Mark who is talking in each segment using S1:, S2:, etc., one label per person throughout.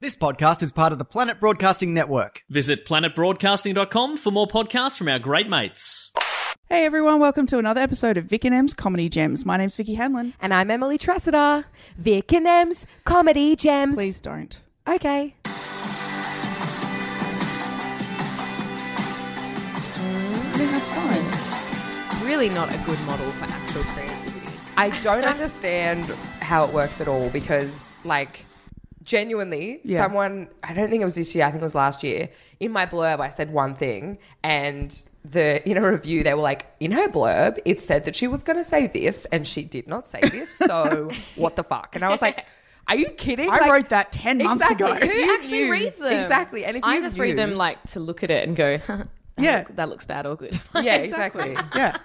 S1: This podcast is part of the Planet Broadcasting Network.
S2: Visit planetbroadcasting.com for more podcasts from our great mates.
S3: Hey everyone, welcome to another episode of Vic and M's Comedy Gems. My name's Vicky Hanlon.
S4: And I'm Emily Tressida, Vic and M's Comedy Gems.
S3: Please don't. I
S4: Okay.
S3: think that's fine.
S4: Really not a good model for actual creativity. I don't understand how it works at all because, like, genuinely,
S3: Yeah.
S4: someone, I don't think it was this year, I think it was last year, in my blurb, I said one thing and. The in a review they were like in her blurb it said that she was going to say this and she did not say this so what the fuck and I was like are you kidding
S3: I
S4: Like-
S3: wrote that 10 months
S4: Exactly.
S3: ago.
S4: If
S5: Who
S4: you
S5: actually
S4: knew-
S5: reads them?
S4: Exactly. And if
S5: I
S4: you
S5: just read them
S4: knew-
S5: like to look at it and go, that
S3: Yeah.
S5: look- that looks bad or good.
S4: Yeah, exactly.
S3: Yeah.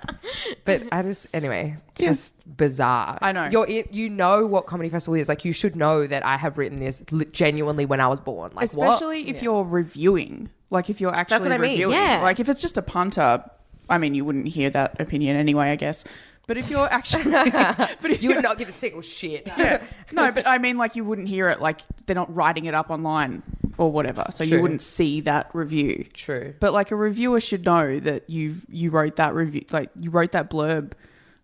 S4: but I just anyway, it's
S3: Mm-hmm. Yeah.
S4: just bizarre.
S3: I know.
S4: You're in, you know what comedy festival is. Like you should know that I have written this li- genuinely when I was born. Like what?
S3: Especially if you're reviewing. Like if you're actually
S4: what I mean,
S3: reviewing.
S5: yeah.
S3: Like if it's just a punter, I mean you wouldn't hear that opinion anyway, I guess. But if you're actually but if
S4: you
S3: you're-
S4: would not give a single shit.
S3: Yeah. No, but I mean like you wouldn't hear it like they're not writing it up online or whatever. So you
S4: True.
S3: wouldn't see that review.
S4: True.
S3: But like a reviewer should know that you you wrote that review like you wrote that blurb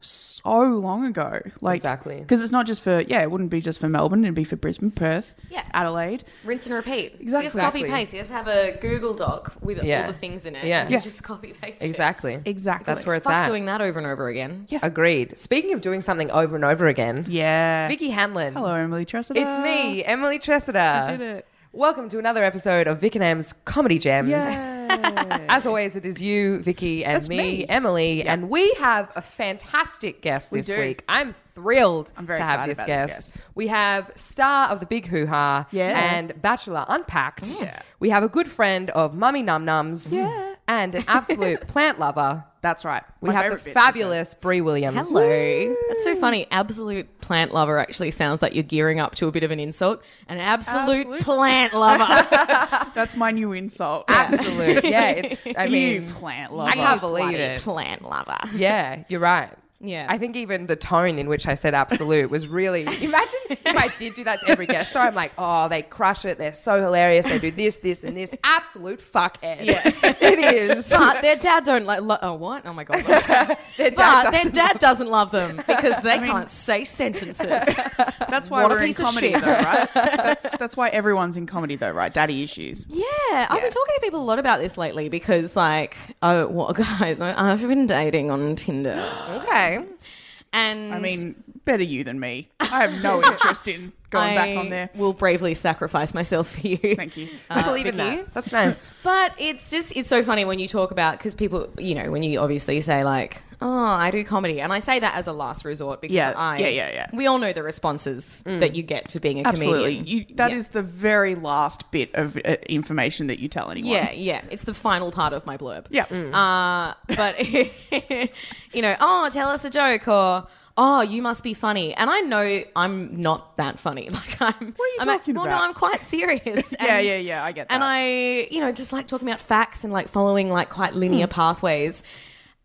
S3: so long ago. Like
S4: Exactly.
S3: Because it's not just for yeah, it wouldn't be just for Melbourne, it'd be for Brisbane, Perth,
S5: Yeah.
S3: Adelaide.
S5: Rinse and repeat.
S3: Exactly.
S5: You just copy
S4: Exactly.
S5: paste. You just have a Google Doc with
S4: Yeah.
S5: all the things in it.
S4: Yeah.
S5: and you
S4: Yeah.
S5: Just copy paste. it.
S4: Exactly.
S3: Exactly.
S4: That's where it's
S5: Fuck
S4: at.
S5: doing that over and over again.
S3: Yeah.
S4: Agreed. Speaking of doing something over and over again,
S3: Yeah.
S4: Vicky Hanlon.
S3: Hello, Emily Tressida.
S4: It's me, Emily
S3: Uh,
S4: Tressida.
S3: I did it.
S4: Welcome to another episode of Vic and Em's Comedy Gems.
S3: Yay.
S4: As always, it is you, Vicky, and
S3: That's
S4: me,
S3: me.
S4: Emily, and we have a fantastic guest
S3: We
S4: this
S3: do.
S4: week. I'm thrilled
S3: I'm very
S4: to have
S3: excited
S4: this
S3: about
S4: guest.
S3: this guest.
S4: We have star of the Big Hoo Ha
S3: Yeah.
S4: and Bachelor Unpacked. We have a good friend of Mummy Num Nums and an absolute plant lover.
S3: That's right.
S4: We
S3: My
S4: have
S3: favourite
S4: the
S3: bit.
S4: fabulous Brie Williams.
S5: Hello. That's so funny. Absolute plant lover actually sounds like you're gearing up to a bit of an insult. An absolute,
S3: Absolute.
S5: plant lover.
S3: That's my new insult.
S4: Absolute. Yeah, it's, I
S3: you
S4: mean,
S3: plant
S4: I
S3: lover.
S4: can't
S5: Bloody
S4: believe it.
S5: plant lover.
S4: Yeah, you're right.
S5: Yeah.
S4: I think even the tone in which I said absolute was really. Imagine if I did do that to every guest. So I'm like, oh, they crush it. They're so hilarious. They do this, this, and this. Absolute fuckhead.
S5: Yeah.
S4: It is.
S5: But their dad don't like. Lo- oh what? Oh my god! but
S4: Their dad
S5: their
S4: doesn't
S5: dad doesn't love them because they can't say sentences.
S3: That's why
S5: What a
S3: we're in
S5: piece of
S3: comedy, though,
S5: shit.
S3: right? That's that's why everyone's in comedy, though, right? Daddy issues.
S5: Yeah, I've been talking to people a lot about this lately because, like, oh, well, guys, I- I've been dating on Tinder,
S4: okay.
S5: and
S3: I mean, better you than me. I have no interest in going back on there.
S5: Will bravely sacrifice myself for you.
S3: Thank you.
S4: I believe in
S5: Vicky?
S4: that. That's nice.
S5: But it's just it's so funny when you talk about because people, you know, when you obviously say like, "Oh, I do comedy," and I say that as a last resort because
S3: Yeah,
S5: I,
S3: yeah, yeah, yeah.
S5: We all know the responses that you get to being a
S3: Absolutely.
S5: comedian.
S3: You, that is
S5: Yeah.
S3: the very last bit of uh, information that you tell anyone.
S5: Yeah, yeah. It's the final part of my blurb.
S3: Yeah. Mm.
S5: Uh, but, you know, oh, tell us a joke or, oh, you must be funny. And I know I'm not that funny. Like, I'm.
S3: What are you
S5: I'm
S3: talking
S5: well,
S3: about?
S5: no, I'm quite serious.
S3: Yeah, yeah, yeah, I get
S5: And
S3: that.
S5: I, you know, just like talking about facts and like following like quite linear
S3: Mm.
S5: pathways.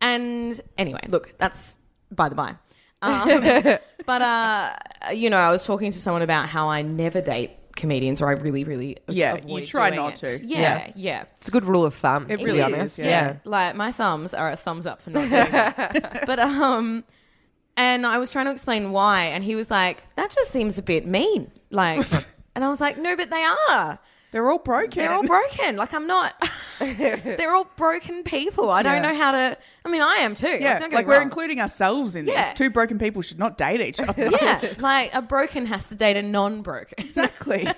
S5: And anyway, look, that's by the by. Um, but, uh, you know, I was talking to someone about how I never date comedians or I really, really a-
S3: Yeah, you
S5: avoid
S3: try
S5: doing
S3: not
S5: it.
S3: to.
S5: Yeah, yeah.
S4: It's a good rule of thumb, to
S3: really
S4: be
S3: is,
S4: honest.
S3: yeah.
S4: yeah.
S5: Like my thumbs are a thumbs up for not doing that. But um and I was trying to explain why and he was like, That just seems a bit mean. Like and I was like, No, but they are.
S3: They're all broken.
S5: They're all broken. Like I'm not they're all broken people. I don't know how to I mean I am too. Like,
S3: Yeah,
S5: don't
S3: like,
S5: get me
S3: we're
S5: wrong.
S3: including ourselves in
S5: Yeah.
S3: this. Two broken people should not date each other.
S5: Yeah. Like a broken has to date a non broken.
S3: exactly.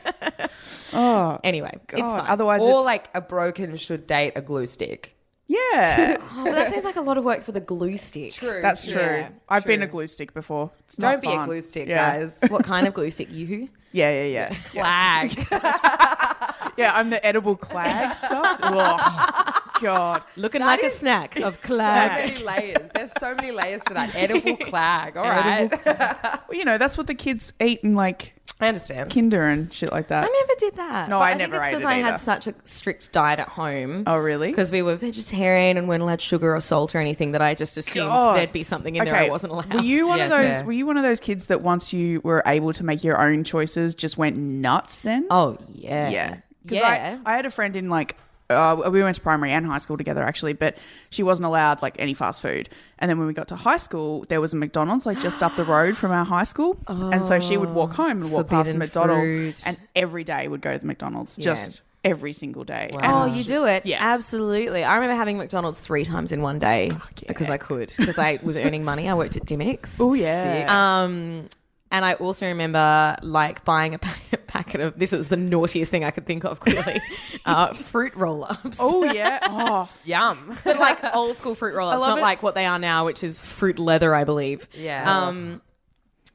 S3: oh,
S5: Anyway, it's
S3: God.
S5: fine.
S3: Otherwise,
S4: Or
S3: it's,
S4: like a broken should date a glue stick.
S3: Yeah.
S5: Oh, but that seems like a lot of work for the glue stick.
S4: True.
S3: That's true.
S4: Yeah.
S3: I've been a glue stick before. It's not
S4: Don't be a
S3: fun.
S4: glue stick,
S3: yeah.
S4: guys.
S5: What kind of glue stick? Yoo-hoo?
S3: Yeah, yeah, yeah.
S4: Flag.
S3: Yeah, I'm the edible clag stuff. Oh, God.
S5: Looking like a snack of
S4: so
S5: clag.
S4: many layers. There's so many layers to that edible clag. All right.
S3: Edible Well, you know, that's what the kids eat in like
S4: I understand.
S3: kinder and shit like that.
S5: I never did that.
S3: No,
S5: But
S3: I
S5: think
S3: never
S5: it's
S3: ate
S5: because
S3: it
S5: I had
S3: either.
S5: such a strict diet at home.
S3: Oh, really?
S5: Because we were vegetarian and weren't allowed sugar or salt or anything. That I just assumed
S3: God.
S5: there'd be something in there I wasn't allowed.
S3: Were you one of
S4: Yeah,
S3: those?
S4: fair.
S3: Were you one of those kids that once you were able to make your own choices, just went nuts? Then
S5: Oh yeah.
S3: yeah, 'Cause
S5: Yeah.
S3: I, I had a friend in like. Uh, we went to primary and high school together actually but she wasn't allowed like any fast food and then when we got to high school there was a mcdonald's like just up the road from our high school and so she would walk home and walk past the
S5: forbidden
S3: mcdonald's
S5: fruit.
S3: and every day would go to the mcdonald's just every single day
S5: Oh,
S3: And-
S5: you do it?
S3: Yeah.
S5: Absolutely. I remember having McDonald's three times in one day because I could, because I was earning money. I worked at Dimmicks.
S3: oh yeah
S5: Um, and I also remember like buying a, pack, packet of this was the naughtiest thing I could think of clearly, uh, fruit roll ups.
S3: oh yeah oh
S4: Yum.
S5: But like old school fruit roll ups,
S3: love
S5: not
S3: it.
S5: like what they are now, which is fruit leather, I believe.
S4: Yeah.
S5: Um,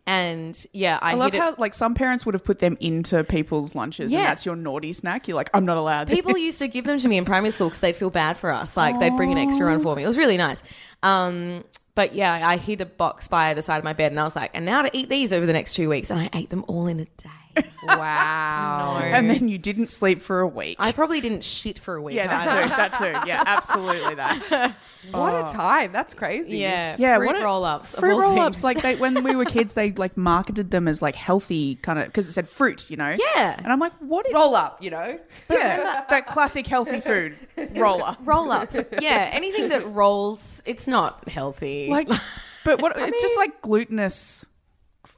S5: and yeah, I,
S3: I love
S5: hid it-
S3: how like some parents would have put them into people's lunches,
S5: Yeah.
S3: and that's your naughty snack. You're like, I'm not allowed.
S5: people used to give them to me in primary school because they'd feel bad for us. Like they'd bring an extra one for me. It was really nice. Um, but yeah, I hid a box by the side of my bed, and I was like, and now to eat these over the next two weeks, and I ate them all in a day.
S4: wow.
S3: and then you didn't sleep for a week.
S5: I probably didn't shit for a week.
S3: yeah, that
S5: either.
S3: too. That too. Yeah, absolutely that.
S4: What a time. That's crazy.
S5: Yeah,
S3: Yeah,
S5: fruit
S3: what a-
S5: roll ups.
S3: Fruit roll ups, like they when we were kids, they like marketed them as like healthy kind of because it said fruit, you know.
S5: Yeah.
S3: And I'm like, what is
S4: Roll up, you know?
S3: yeah, that classic healthy food roller?
S5: roll up. Yeah, anything that rolls, it's not healthy.
S3: Like, but what? it's just like glutinous.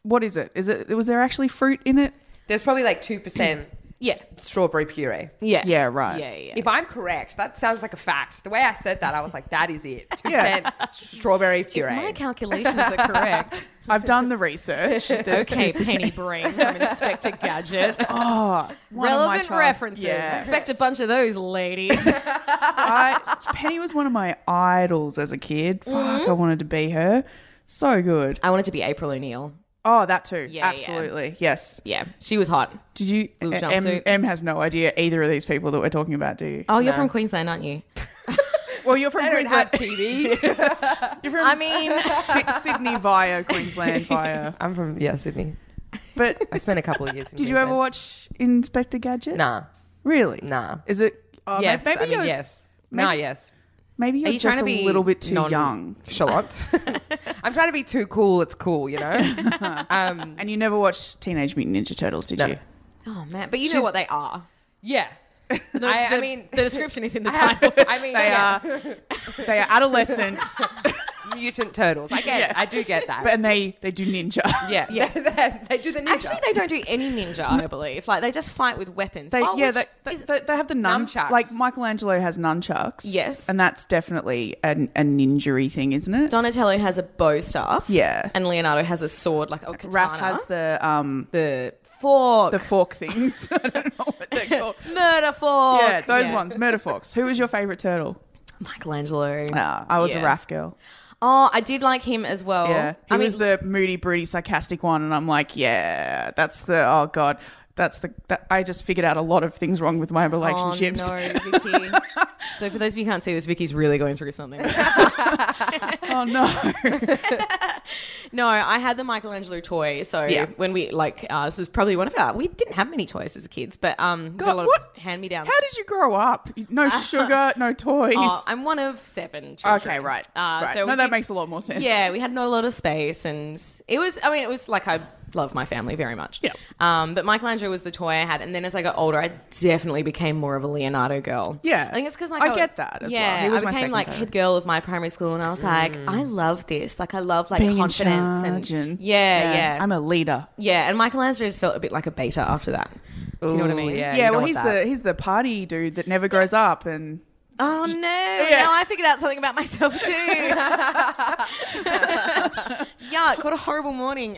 S3: What is it? Is it? Was there actually fruit in it?
S4: There's probably like 2%
S5: yeah,
S4: strawberry puree.
S5: yeah,
S3: Yeah, right.
S5: yeah, yeah.
S4: If I'm correct, that sounds like a fact. The way I said that, I was like, that is it. 2% strawberry
S5: If
S4: puree.
S5: my calculations are correct.
S3: I've done the research. There's
S5: okay, Penny Brain from Inspector Gadget.
S3: one of Oh, my
S5: Relevant
S3: child-
S5: references.
S3: Yeah.
S5: Expect a bunch of those, ladies.
S3: I, Penny was one of my idols as a kid. Fuck,
S5: Mm-hmm.
S3: I wanted to be her. So good.
S5: I wanted to be April O'Neil.
S3: Oh, that too.
S5: Yeah,
S3: Absolutely. Yes.
S5: Yeah, she was hot.
S3: Did you?
S5: Little
S3: M,
S5: jumpsuit.
S3: M has no idea either of these people that we're talking about, do you?
S5: Oh, you're from Queensland, aren't you?
S3: well, you're from
S4: I don't
S3: Queensland.
S4: have TV.
S3: You're from
S5: I mean,
S3: Sy- Sydney via Queensland via.
S4: I'm from, yeah, Sydney.
S3: But
S4: I spent a couple of years in
S3: did you ever
S4: Queensland.
S3: watch Inspector Gadget?
S4: Nah.
S3: Really?
S4: Nah.
S3: Is it? Oh, may-
S4: yes.
S3: Maybe
S4: I mean,
S3: you're,
S4: yes.
S3: maybe-
S4: nah, yes.
S3: Maybe you're
S5: you trying
S3: just
S5: to
S3: a
S5: be
S3: little bit too
S5: non-
S3: young.
S4: Chalant. I'm trying to be too cool. It's cool, you know? um,
S3: And you never watched Teenage Mutant Ninja Turtles, did
S4: No.
S3: you?
S5: oh man, but you know what they are.
S4: yeah. I, I
S5: The-
S4: mean,
S5: the description is in the
S4: I,
S5: title.
S4: I mean,
S3: They
S4: yeah.
S3: are. They are adolescent,
S4: mutant turtles. I get it. I do get that.
S3: but, and they they do ninja.
S4: yeah, They, they, they do the ninja.
S5: Actually, they don't do any ninja, I believe. Like they just fight with weapons.
S3: They,
S5: oh,
S3: yeah,
S5: which
S3: they, they,
S5: is-
S3: they- they have the nun-
S4: Nunchucks.
S3: Like Michelangelo has nunchucks.
S5: Yes.
S3: And that's definitely an, a ninjury thing, isn't it?
S5: Donatello has a bow staff.
S3: Yeah.
S5: and Leonardo has a sword, like a katana.
S3: Raph has the um
S5: the fork,
S3: the fork things. I don't know what they're called.
S5: murder fork.
S3: yeah, those ones. Murder Fox. Who was your favourite turtle?
S5: Michelangelo.
S3: Ah, I was a
S5: Uh, Yeah.
S3: Raph girl.
S5: Oh, I did like him as well.
S3: Yeah. He
S5: I
S3: was the moody, broody, sarcastic one, and I'm like, yeah, that's the oh god. That's the that, I just figured out a lot of things wrong with my relationships.
S5: Oh, no, Vicky. so for those of you who can't see this, Vicky's really going through something.
S3: Oh, no.
S5: no, I had the Michelangelo toy. So
S3: Yeah.
S5: when we like, uh, this was probably one of our. We didn't have many toys as kids, but um, got a
S3: God,
S5: lot
S3: what?
S5: of hand me downs.
S3: How did you grow up? No sugar, no toys.
S5: Oh, I'm one of seven children.
S3: Okay, right.
S5: Uh,
S3: right.
S5: So
S3: no,
S5: we
S3: that
S5: did-
S3: makes a lot more sense.
S5: Yeah, we had not a lot of space, and it was. I mean, it was like I love my family very much.
S3: Yeah.
S5: Um, but Michelangelo was the toy I had, and then as I got older, I definitely became more of a Leonardo girl.
S3: Yeah.
S5: I think it's because
S3: I get that as well.
S5: yeah,
S3: He was
S5: I
S3: my
S5: became
S3: second
S5: like
S3: favorite.
S5: head girl of my primary school, and I was like, I love this. Like, I love like
S3: Being in
S5: confidence
S3: charge
S5: and yeah, yeah,
S3: I'm a leader.
S5: yeah. And Michelangelo just felt a bit like a beta after that. Do you know what I
S4: Ooh,
S5: mean?
S3: Yeah,
S4: yeah. you know
S3: well,
S4: what
S3: he's
S4: that-
S3: the he's the party dude that never grows up, and
S5: Oh no! Now I figured out something about myself too. Yuck! What a horrible morning.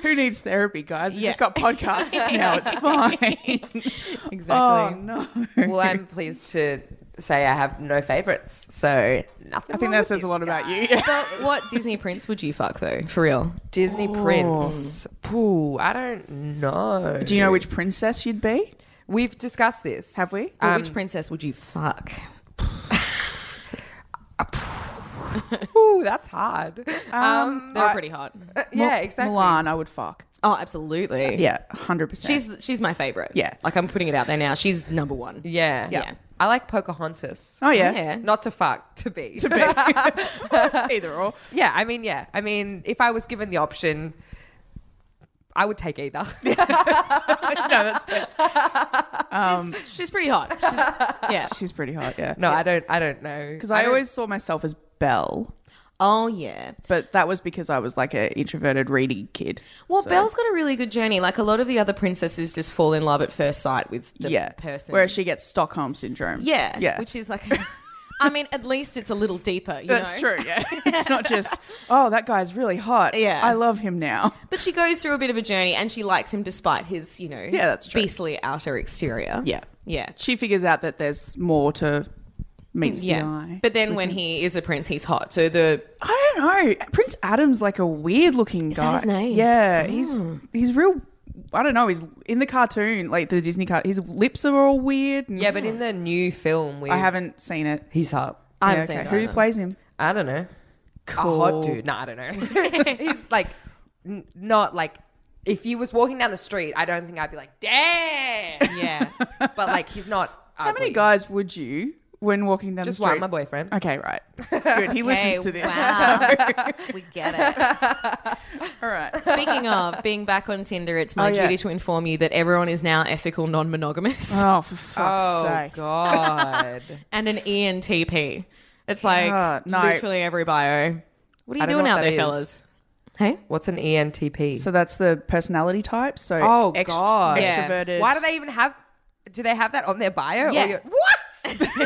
S3: who needs therapy, guys? We
S5: Yeah.
S3: just got podcasts now. It's fine.
S5: exactly.
S3: oh no.
S4: well, I'm pleased to say I have no favorites, so nothing.
S3: I think
S4: wrong
S3: that
S4: with
S3: says a
S4: this
S3: lot about
S4: guy.
S3: you.
S5: But what Disney prince would you fuck though? For real?
S4: Disney Prince. Pooh, I don't know.
S3: Do you know which princess you'd be?
S4: We've discussed this.
S3: Have we?
S5: Or which princess would you fuck?
S4: Ooh, that's hard. uh,
S5: Um, they're pretty hot.
S4: yeah,
S3: Mul-
S4: exactly.
S3: Mulan, I would fuck.
S5: Oh, absolutely.
S3: Yeah, hundred percent.
S5: She's she's my favorite.
S3: Yeah.
S5: Like I'm putting it out there now. She's number one.
S4: Yeah.
S3: Yeah. Yeah.
S4: I like Pocahontas.
S3: oh yeah,
S5: Yeah.
S4: Not to fuck, to be.
S3: to be either or.
S4: yeah, I mean, yeah. I mean, if I was given the option, I would take either.
S3: no, that's fair. Um,
S5: She's, she's pretty hot. She's, yeah.
S3: she's pretty hot. Yeah,
S4: no, I don't I don't know.
S3: because I
S4: don't-
S3: always saw myself as Belle,
S5: Oh yeah.
S3: but that was because I was like a introverted, reedy kid.
S5: Well,
S3: So-
S5: Belle's got a really good journey. Like a lot of the other princesses just fall in love at first sight with the
S3: yeah,
S5: person.
S3: whereas she gets Stockholm syndrome.
S5: yeah,
S3: yeah,
S5: which is like, I mean, at least it's a little deeper. You
S3: that's
S5: know?
S3: true. Yeah, it's not just oh that guy's really hot.
S5: Yeah.
S3: I love him now.
S5: But she goes through a bit of a journey, and she likes him despite his, you know,
S3: Yeah, that's true.
S5: beastly outer exterior.
S3: Yeah,
S5: yeah,
S3: she figures out that there's more to meets the
S5: yeah.
S3: eye.
S5: But then when he is a prince, he's hot. So the
S3: I don't know. Prince Adam's like a weird looking guy.
S5: that his name? Ah.
S3: Yeah, he's he's real. I don't know. He's in the cartoon, like the Disney cart. His lips are all weird. and-
S4: Yeah, but in the new film we
S3: I haven't seen it.
S4: he's hot.
S3: Yeah,
S5: I haven't seen
S3: okay.
S5: it
S3: Who
S5: either.
S3: plays him?
S4: I don't know. A
S3: Cool.
S4: hot dude. No, I don't know. he's like n- not like if he was walking down the street, I don't think I'd be like, damn.
S5: Yeah,
S4: But like he's not
S3: How many
S4: ugly.
S3: guys would you when walking down
S4: Just
S3: the street?
S4: one, my boyfriend.
S3: Okay, right. That's good. He listens to this.
S5: we get it.
S3: All right.
S5: Speaking of being back on Tinder, it's my
S3: Oh, yeah.
S5: duty to inform you that everyone is now ethical non-monogamous
S3: Oh, for fuck's
S4: Oh
S3: sake.
S4: God!
S5: and an E ENTP. It's like
S3: God, no.
S5: literally every bio. What are
S4: I
S5: you
S4: don't
S5: doing
S4: know what
S5: out
S4: that
S5: there,
S4: is.
S5: fellas? Hey,
S4: What's an E ENTP?
S3: So that's the personality type. So
S4: oh
S3: ext-
S4: God!
S5: Yeah.
S3: extroverted.
S4: Why do they even have? Do they have that on their bio? Or
S5: Yeah.
S4: you're-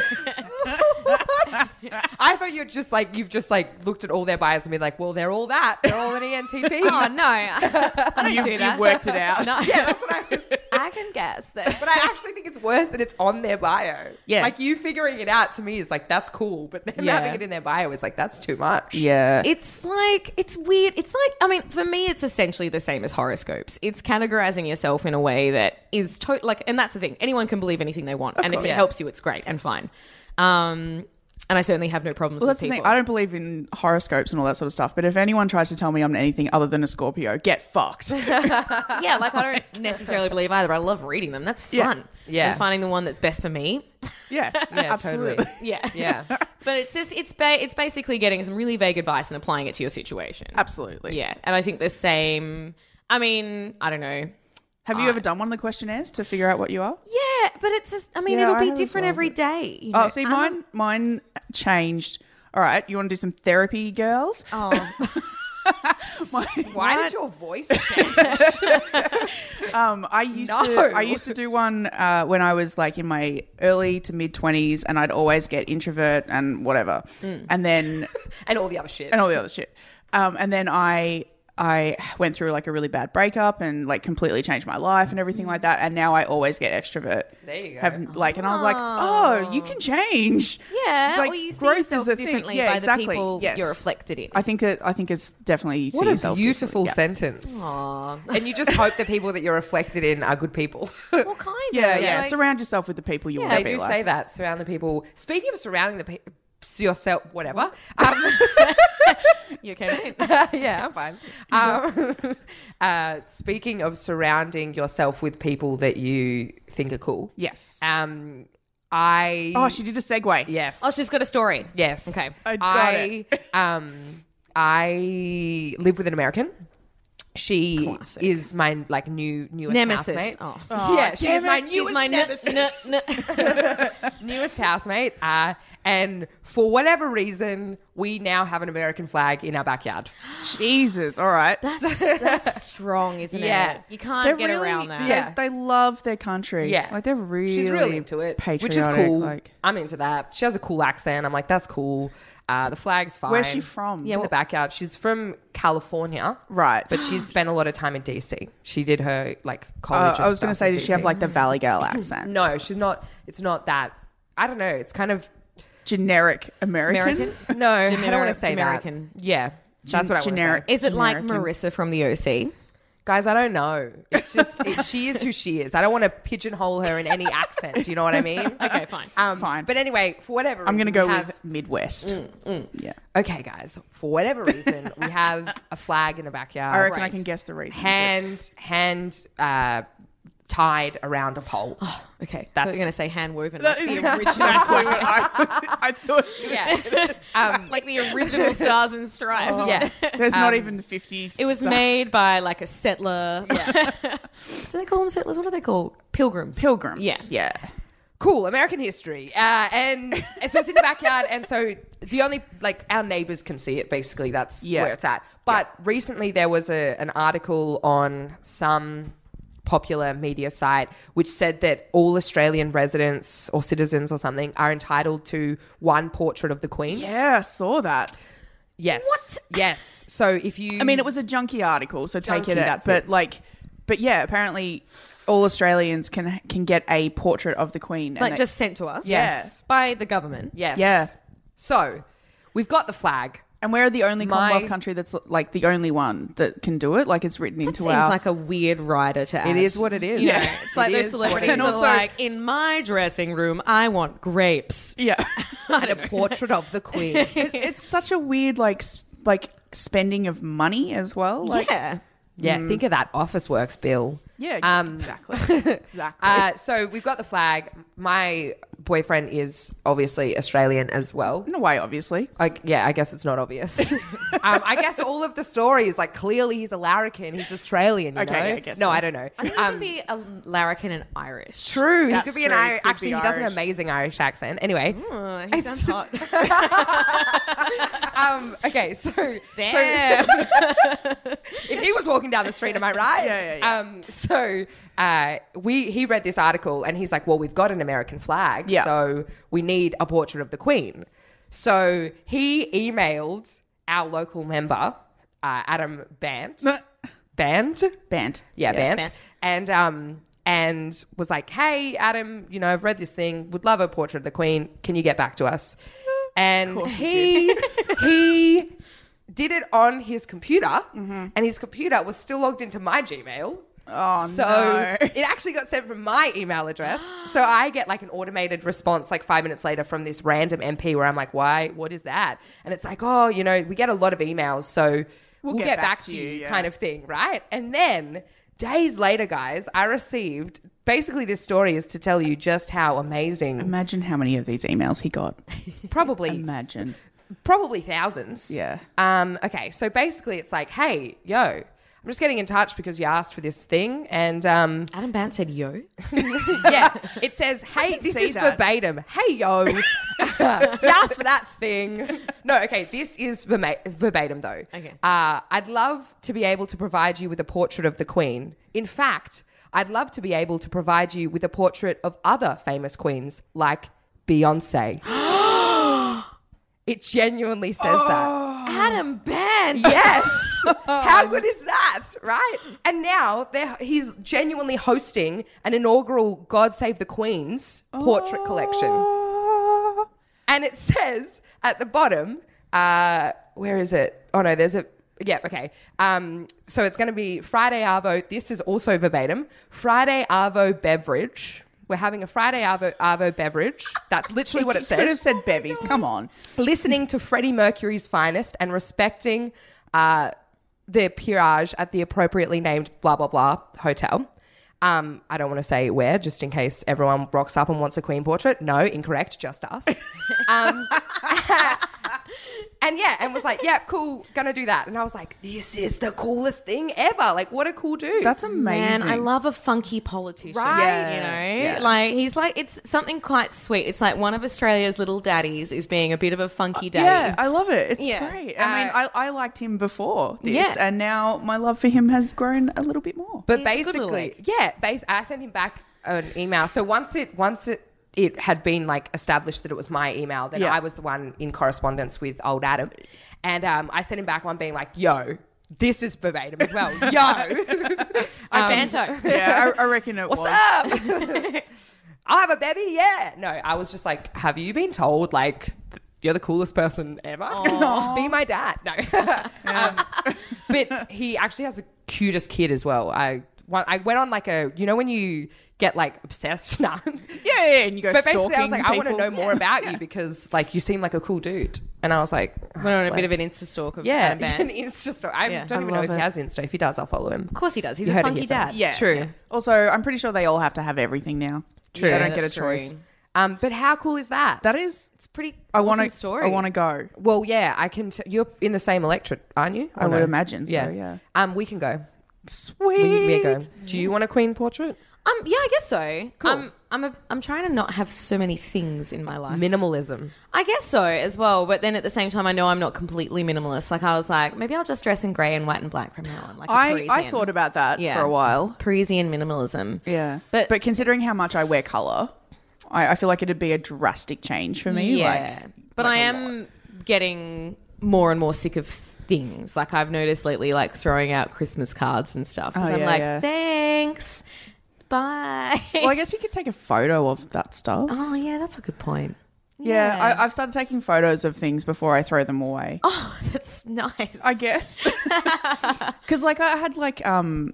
S4: what? what? I thought you're just like you've just like looked at all their bios and been like, well, they're all that. They're all an E ENTP.
S5: Oh no, I don't
S3: You-
S5: do
S3: you
S5: that.
S3: worked it out.
S5: No.
S4: Yeah, that's what I was.
S5: I can guess that.
S4: But I actually think it's worse that it's on their bio.
S3: Yeah.
S4: Like you figuring it out to me is like that's cool, but then
S3: Yeah.
S4: having it in their bio is like that's too much.
S3: Yeah.
S5: It's like it's weird. It's like I mean, for me, it's essentially the same as horoscopes. It's categorizing yourself in a way that is to- like, and that's the thing. Anyone can believe anything they want, and if it
S4: Yeah.
S5: helps you, it's great and fine. Um, and I certainly have no problems
S3: Well,
S5: with
S3: that's the
S5: people.
S3: thing. I don't believe in horoscopes and all that sort of stuff. But if anyone tries to tell me I'm anything other than a Scorpio, get fucked.
S5: yeah, like I don't necessarily believe either. But I love reading them. That's
S3: Yeah.
S5: fun.
S4: Yeah.
S5: and finding the one that's best for me.
S3: yeah,
S4: Yeah,
S3: absolutely.
S4: totally.
S5: Yeah,
S4: Yeah.
S5: but it's just it's ba- it's basically getting some really vague advice and applying it to your situation.
S3: Absolutely.
S5: Yeah, and I think the same. I mean, I don't know.
S3: Have you ever done one of the questionnaires to figure out what you are?
S5: Yeah, but it's just. I mean,
S3: Yeah,
S5: it'll
S3: I
S5: be
S3: have as
S5: different
S3: well,
S5: every
S3: but-
S5: day. you
S3: Oh,
S5: know.
S3: see,
S5: I'm-
S3: mine mine changed. All right, you want to do some therapy, girls?
S5: Oh,
S3: Mine-
S4: Why did your voice change?
S3: um, I used
S4: No.
S3: to I used to do one uh, when I was like in my early to mid twenties, and I'd always get introvert and whatever, and then
S4: and all the other shit.
S3: and all the other shit. Um, and then I I went through like a really bad breakup and like completely changed my life and everything like that. And now I always get extrovert.
S4: There you go.
S3: Have, like, and I was like, oh, you can change.
S5: yeah.
S3: Like,
S5: or you see
S3: growth is
S5: yourself
S3: a thing.
S5: differently
S3: Yeah,
S5: by
S3: exactly.
S5: the people
S3: Yes.
S5: you're reflected in.
S3: I think it, I think it's definitely you see
S4: What a
S3: yourself
S4: beautiful
S3: differently. Yeah.
S4: sentence. And you just hope the people that you're reflected in are good people.
S5: well, kind of.
S3: Yeah, yeah.
S5: like-
S3: Surround yourself with the people you want
S4: they
S3: to be
S4: do
S3: like.
S4: say that. Surround the people. Speaking of surrounding the people, yourself, whatever. Um,
S5: you okay?
S4: yeah, I'm fine. Um, uh, speaking of surrounding yourself with people that you think are cool.
S3: Yes.
S4: Um, I.
S3: Oh, she did a segue.
S4: yes.
S5: oh, she's got a story.
S4: yes.
S5: Okay.
S3: I got
S4: I um I live with an American. She is my like new newest housemate.
S5: Nemesis. Oh.
S4: yeah, she's my newest
S5: She's my n-
S4: nemesis.
S5: n- n-
S4: newest housemate. Uh, and for whatever reason, we now have an American flag in our backyard.
S3: Jesus. All right.
S5: that's, that's strong, isn't
S4: Yeah.
S5: it? You can't get
S3: really-
S5: around that.
S3: they-
S4: Yeah.
S3: They, love their country.
S4: Yeah,
S3: Like they're really
S4: she's really into it,
S3: patriotic,
S4: which is cool.
S3: Like
S4: I'm into that. She has a cool accent. I'm like, that's cool. Uh, the flag's fine.
S3: Where's she from?
S4: Yeah, in the backyard. She's from California,
S3: Right.
S4: But she spent a lot of time in DC. She did her like
S3: Uh,
S4: college.
S3: I was going to say,
S4: did
S3: did she have like the Valley Girl accent?
S4: No, she's not. It's not that I don't know. It's kind of
S3: Generic American.
S5: American?
S4: no. I don't want
S5: Generic-
S4: to say
S5: American.
S4: that. Yeah, that's what I
S3: generic.
S4: want to say.
S5: Is it like
S3: American.
S5: Marissa from the OC?
S4: Guys, I don't know. It's just it, she is who she is. I don't want to pigeonhole her in any accent. Do you know what I mean?
S5: Okay, fine.
S4: Um,
S3: Fine.
S4: But Mm, anyway, for whatever,
S3: I'm going to go
S4: reason, we have-
S3: with Midwest. Yeah.
S4: Okay, guys, for whatever reason, we have a flag in the backyard.
S3: I reckon I can guess the reason.
S4: Hand, hand uh, tied around a pole.
S3: Oh,
S5: Okay,
S4: That's-
S5: that's going to say hand woven.
S3: That
S5: like
S3: is
S5: the original,
S3: exactly what I was. I thought she was.
S4: yeah. um,
S5: like the original stars and stripes.
S4: yeah. Um,
S3: There's not even the 50.
S5: It was
S3: stuff.
S5: made by like a settler. do they call them settlers? What do they call pilgrims?
S3: Pilgrims.
S5: Yeah.
S3: Yeah.
S4: Cool, American history. Uh, and, and so it's in the backyard. And so the only, like, our neighbors can see it, basically. That's
S3: Yeah.
S4: where it's at. But recently there was a, an article on some popular media site which said that all Australian residents or citizens or something are entitled to one portrait of the Queen.
S3: Yeah, I saw that.
S4: Yes. What? Yes. So if you.
S3: I mean, it was a junky article, so take
S4: Junky,
S3: it at.
S4: that's
S3: But
S4: it.
S3: like, but yeah, apparently all Australians can can get a portrait of the Queen. and
S5: like
S3: they-
S5: just sent to us.
S4: Yes.
S5: by the government.
S4: Yes.
S3: Yeah.
S4: So we've got the flag.
S3: and we're the only
S4: My-
S3: Commonwealth country that's like the only one that can do it. Like it's written into
S5: Seems
S3: our.
S5: like a weird rider to add.
S4: It is what it is.
S5: You know, it's like
S4: It
S5: those
S4: is what it
S5: celebrities
S4: is.
S3: And
S5: are
S3: also-
S5: like, in my dressing room, I want grapes.
S3: yeah,
S4: and a portrait of the Queen.
S3: it's such a weird like s- like spending of money as well. Like,
S5: yeah.
S4: Yeah, think of that office works bill.
S3: Mm. yeah, ex-
S4: Um,
S3: exactly, exactly.
S4: Uh, so we've got the flag. My boyfriend is obviously Australian as well.
S3: In a way, obviously.
S4: I, yeah, I guess it's not obvious. um, I guess all of the story is like clearly he's a larrikin, he's Australian. You
S3: Okay,
S4: know?
S3: yeah, I guess
S4: no,
S3: so.
S4: I don't know.
S5: I think it could be a larrikin and Irish.
S4: True, he
S3: That's
S4: could be an
S3: true, he
S4: Irish.
S3: could be
S4: Actually, he does an
S3: Irish. Mm.
S4: amazing Irish accent. Anyway,
S5: Uh, he sounds hot.
S4: um, okay, so
S5: Damn.
S4: so- if he was walking down the street, am I right?
S3: Yeah, yeah, yeah.
S4: Um, so uh, we he read this article and he's like, "Well, we've got an American flag,
S3: Yeah.
S4: so we need a portrait of the Queen." So he emailed our local member, uh, Adam Bant. Bant?
S3: Banned.
S4: Yeah, Bant.
S5: Bant.
S4: And um and was like, "Hey, Adam, you know, I've read this thing. Would love a portrait of the Queen. Can you get back to us?" And he he did it on his computer, and his computer was still logged into my Gmail.
S3: Oh
S4: So
S3: no.
S4: it actually got sent from my email address. so I get like an automated response like five minutes later from this random MP where I'm like, why? What is that? And it's like, oh, you know, we get a lot of emails. So we'll, get, back, to you,
S3: yeah.
S4: kind of thing, right? And then days later, guys, I received basically this story is to tell you just how amazing,
S3: Imagine how many of these emails he got.
S4: probably,
S3: Imagine.
S4: probably thousands.
S3: Yeah.
S4: Um, okay, so basically it's like, hey, yo, I'm just getting in touch because you asked for this thing. And um,
S5: Adam Bant said, "Yo."
S4: yeah, it says, hey, this
S3: see
S4: is
S3: that.
S4: verbatim. Hey, yo, you asked for that thing. No, okay, this is verma- verbatim, though.
S5: Okay.
S4: Uh, I'd love to be able to provide you with a portrait of the Queen. In fact, I'd love to be able to provide you with a portrait of other famous queens like Beyonce. it genuinely says that.
S5: Adam Bant.
S4: Yes. How good is that, right? And now they're, he's genuinely hosting an inaugural God Save the Queen's portrait collection.
S3: Oh.
S4: And it says at the bottom, uh, where is it? Oh no, there's a yeah, okay. Um, so it's going to be Friday Arvo. This is also verbatim. Friday Arvo beverage. We're having a Friday Arvo, Arvo beverage. That's literally what it
S3: He Could have
S4: says
S3: said bevies. Come on.
S4: listening to Freddie Mercury's finest and respecting uh, the peerage at the appropriately named blah blah blah hotel. Um, I don't want to say where, just in case everyone rocks up and wants a queen portrait. No, incorrect, just us. um, and yeah, and was like, yeah, cool, gonna do that. And I was like, this is the coolest thing ever. Like, what a cool dude.
S3: That's amazing.
S5: Man, I love a funky politician.
S4: Right?
S5: You know,
S3: Yeah.
S5: like he's like it's something quite sweet. It's like one of Australia's little daddies is being a bit of a funky daddy.
S3: Uh, Yeah, I love it. It's
S5: Yeah.
S3: great. I mean,
S4: Uh,
S3: I, I liked him before this,
S5: Yeah.
S3: and now my love for him has grown a little bit more.
S4: But
S5: He's a good little
S4: basically, yeah, bas- I sent him back an email. So once it once it it had been like established that it was my email, then
S3: Yeah.
S4: I was the one in correspondence with old Adam, and um, I sent him back one being like, "Yo, this is verbatim as well, yo."
S5: Banto.
S3: yeah, I, I reckon it was.
S4: What's up? I'll have a baby, yeah. No, I was just like, have you been told like th- you're the coolest person ever? Be my dad. No, um, but he actually has the cutest kid as well. I one, I went on like a you know when you get like obsessed now.
S3: Yeah, yeah, and you go
S4: But basically,
S3: stalking
S4: I was like, I want to
S3: people.
S4: know more about you because, like, you seem like a cool dude. And I was like, "Oh,
S5: Went on a bit of an
S4: bless.
S5: Insta stalk of
S4: yeah,
S5: Adam Band.
S4: an Insta story. I
S5: Yeah.
S4: don't
S5: I
S4: even know
S5: love
S4: if he
S5: it.
S4: has Insta. If he does, I'll follow him.
S5: Of course he does. He's
S4: You
S5: a
S4: heard it
S5: funky
S4: here
S5: dad.
S4: first.
S3: Yeah.
S4: True.
S3: yeah. Also, I'm pretty sure they all have to have everything now.
S4: True.
S3: They don't get a
S5: that's true.
S3: choice.
S4: Um, but how cool is that?
S3: That is.
S5: It's pretty.
S3: I want
S5: awesome
S3: to.
S5: story.
S3: I want to go.
S4: well, yeah, I can. T- you're in the same electorate, aren't you?
S3: I would imagine so, yeah.
S4: Um, we can go.
S3: Sweet.
S4: We, we go. Do you want a queen portrait?
S5: Um, yeah, I guess so. Cool. Um, I'm a, I'm trying to not have so many things in my life.
S4: Minimalism.
S5: I guess so as well. But then at the same time, I know I'm not completely minimalist. Like I was like, maybe I'll just dress in grey and white and black from now on. Like a
S3: I,
S5: Parisian.
S3: I thought about that
S5: Yeah.
S3: for a while.
S5: Parisian minimalism.
S3: Yeah.
S5: But-
S3: but considering how much I wear color, I, I feel like it'd be a drastic change for me.
S5: yeah.
S3: Like,
S5: but
S3: like
S5: I
S3: a
S5: am getting more and more sick of things. Like I've noticed lately, like throwing out Christmas cards and stuff. 'Cause
S3: Oh,
S5: I'm
S3: yeah,
S5: like,
S3: yeah.
S5: thanks, bye.
S3: Well, I guess you could take a photo of that stuff.
S5: oh yeah, that's a good point.
S3: yeah,
S5: yeah.
S3: I, I've started taking photos of things before I throw them away.
S5: Oh, that's nice.
S3: I guess. Because, like, I had, like, um,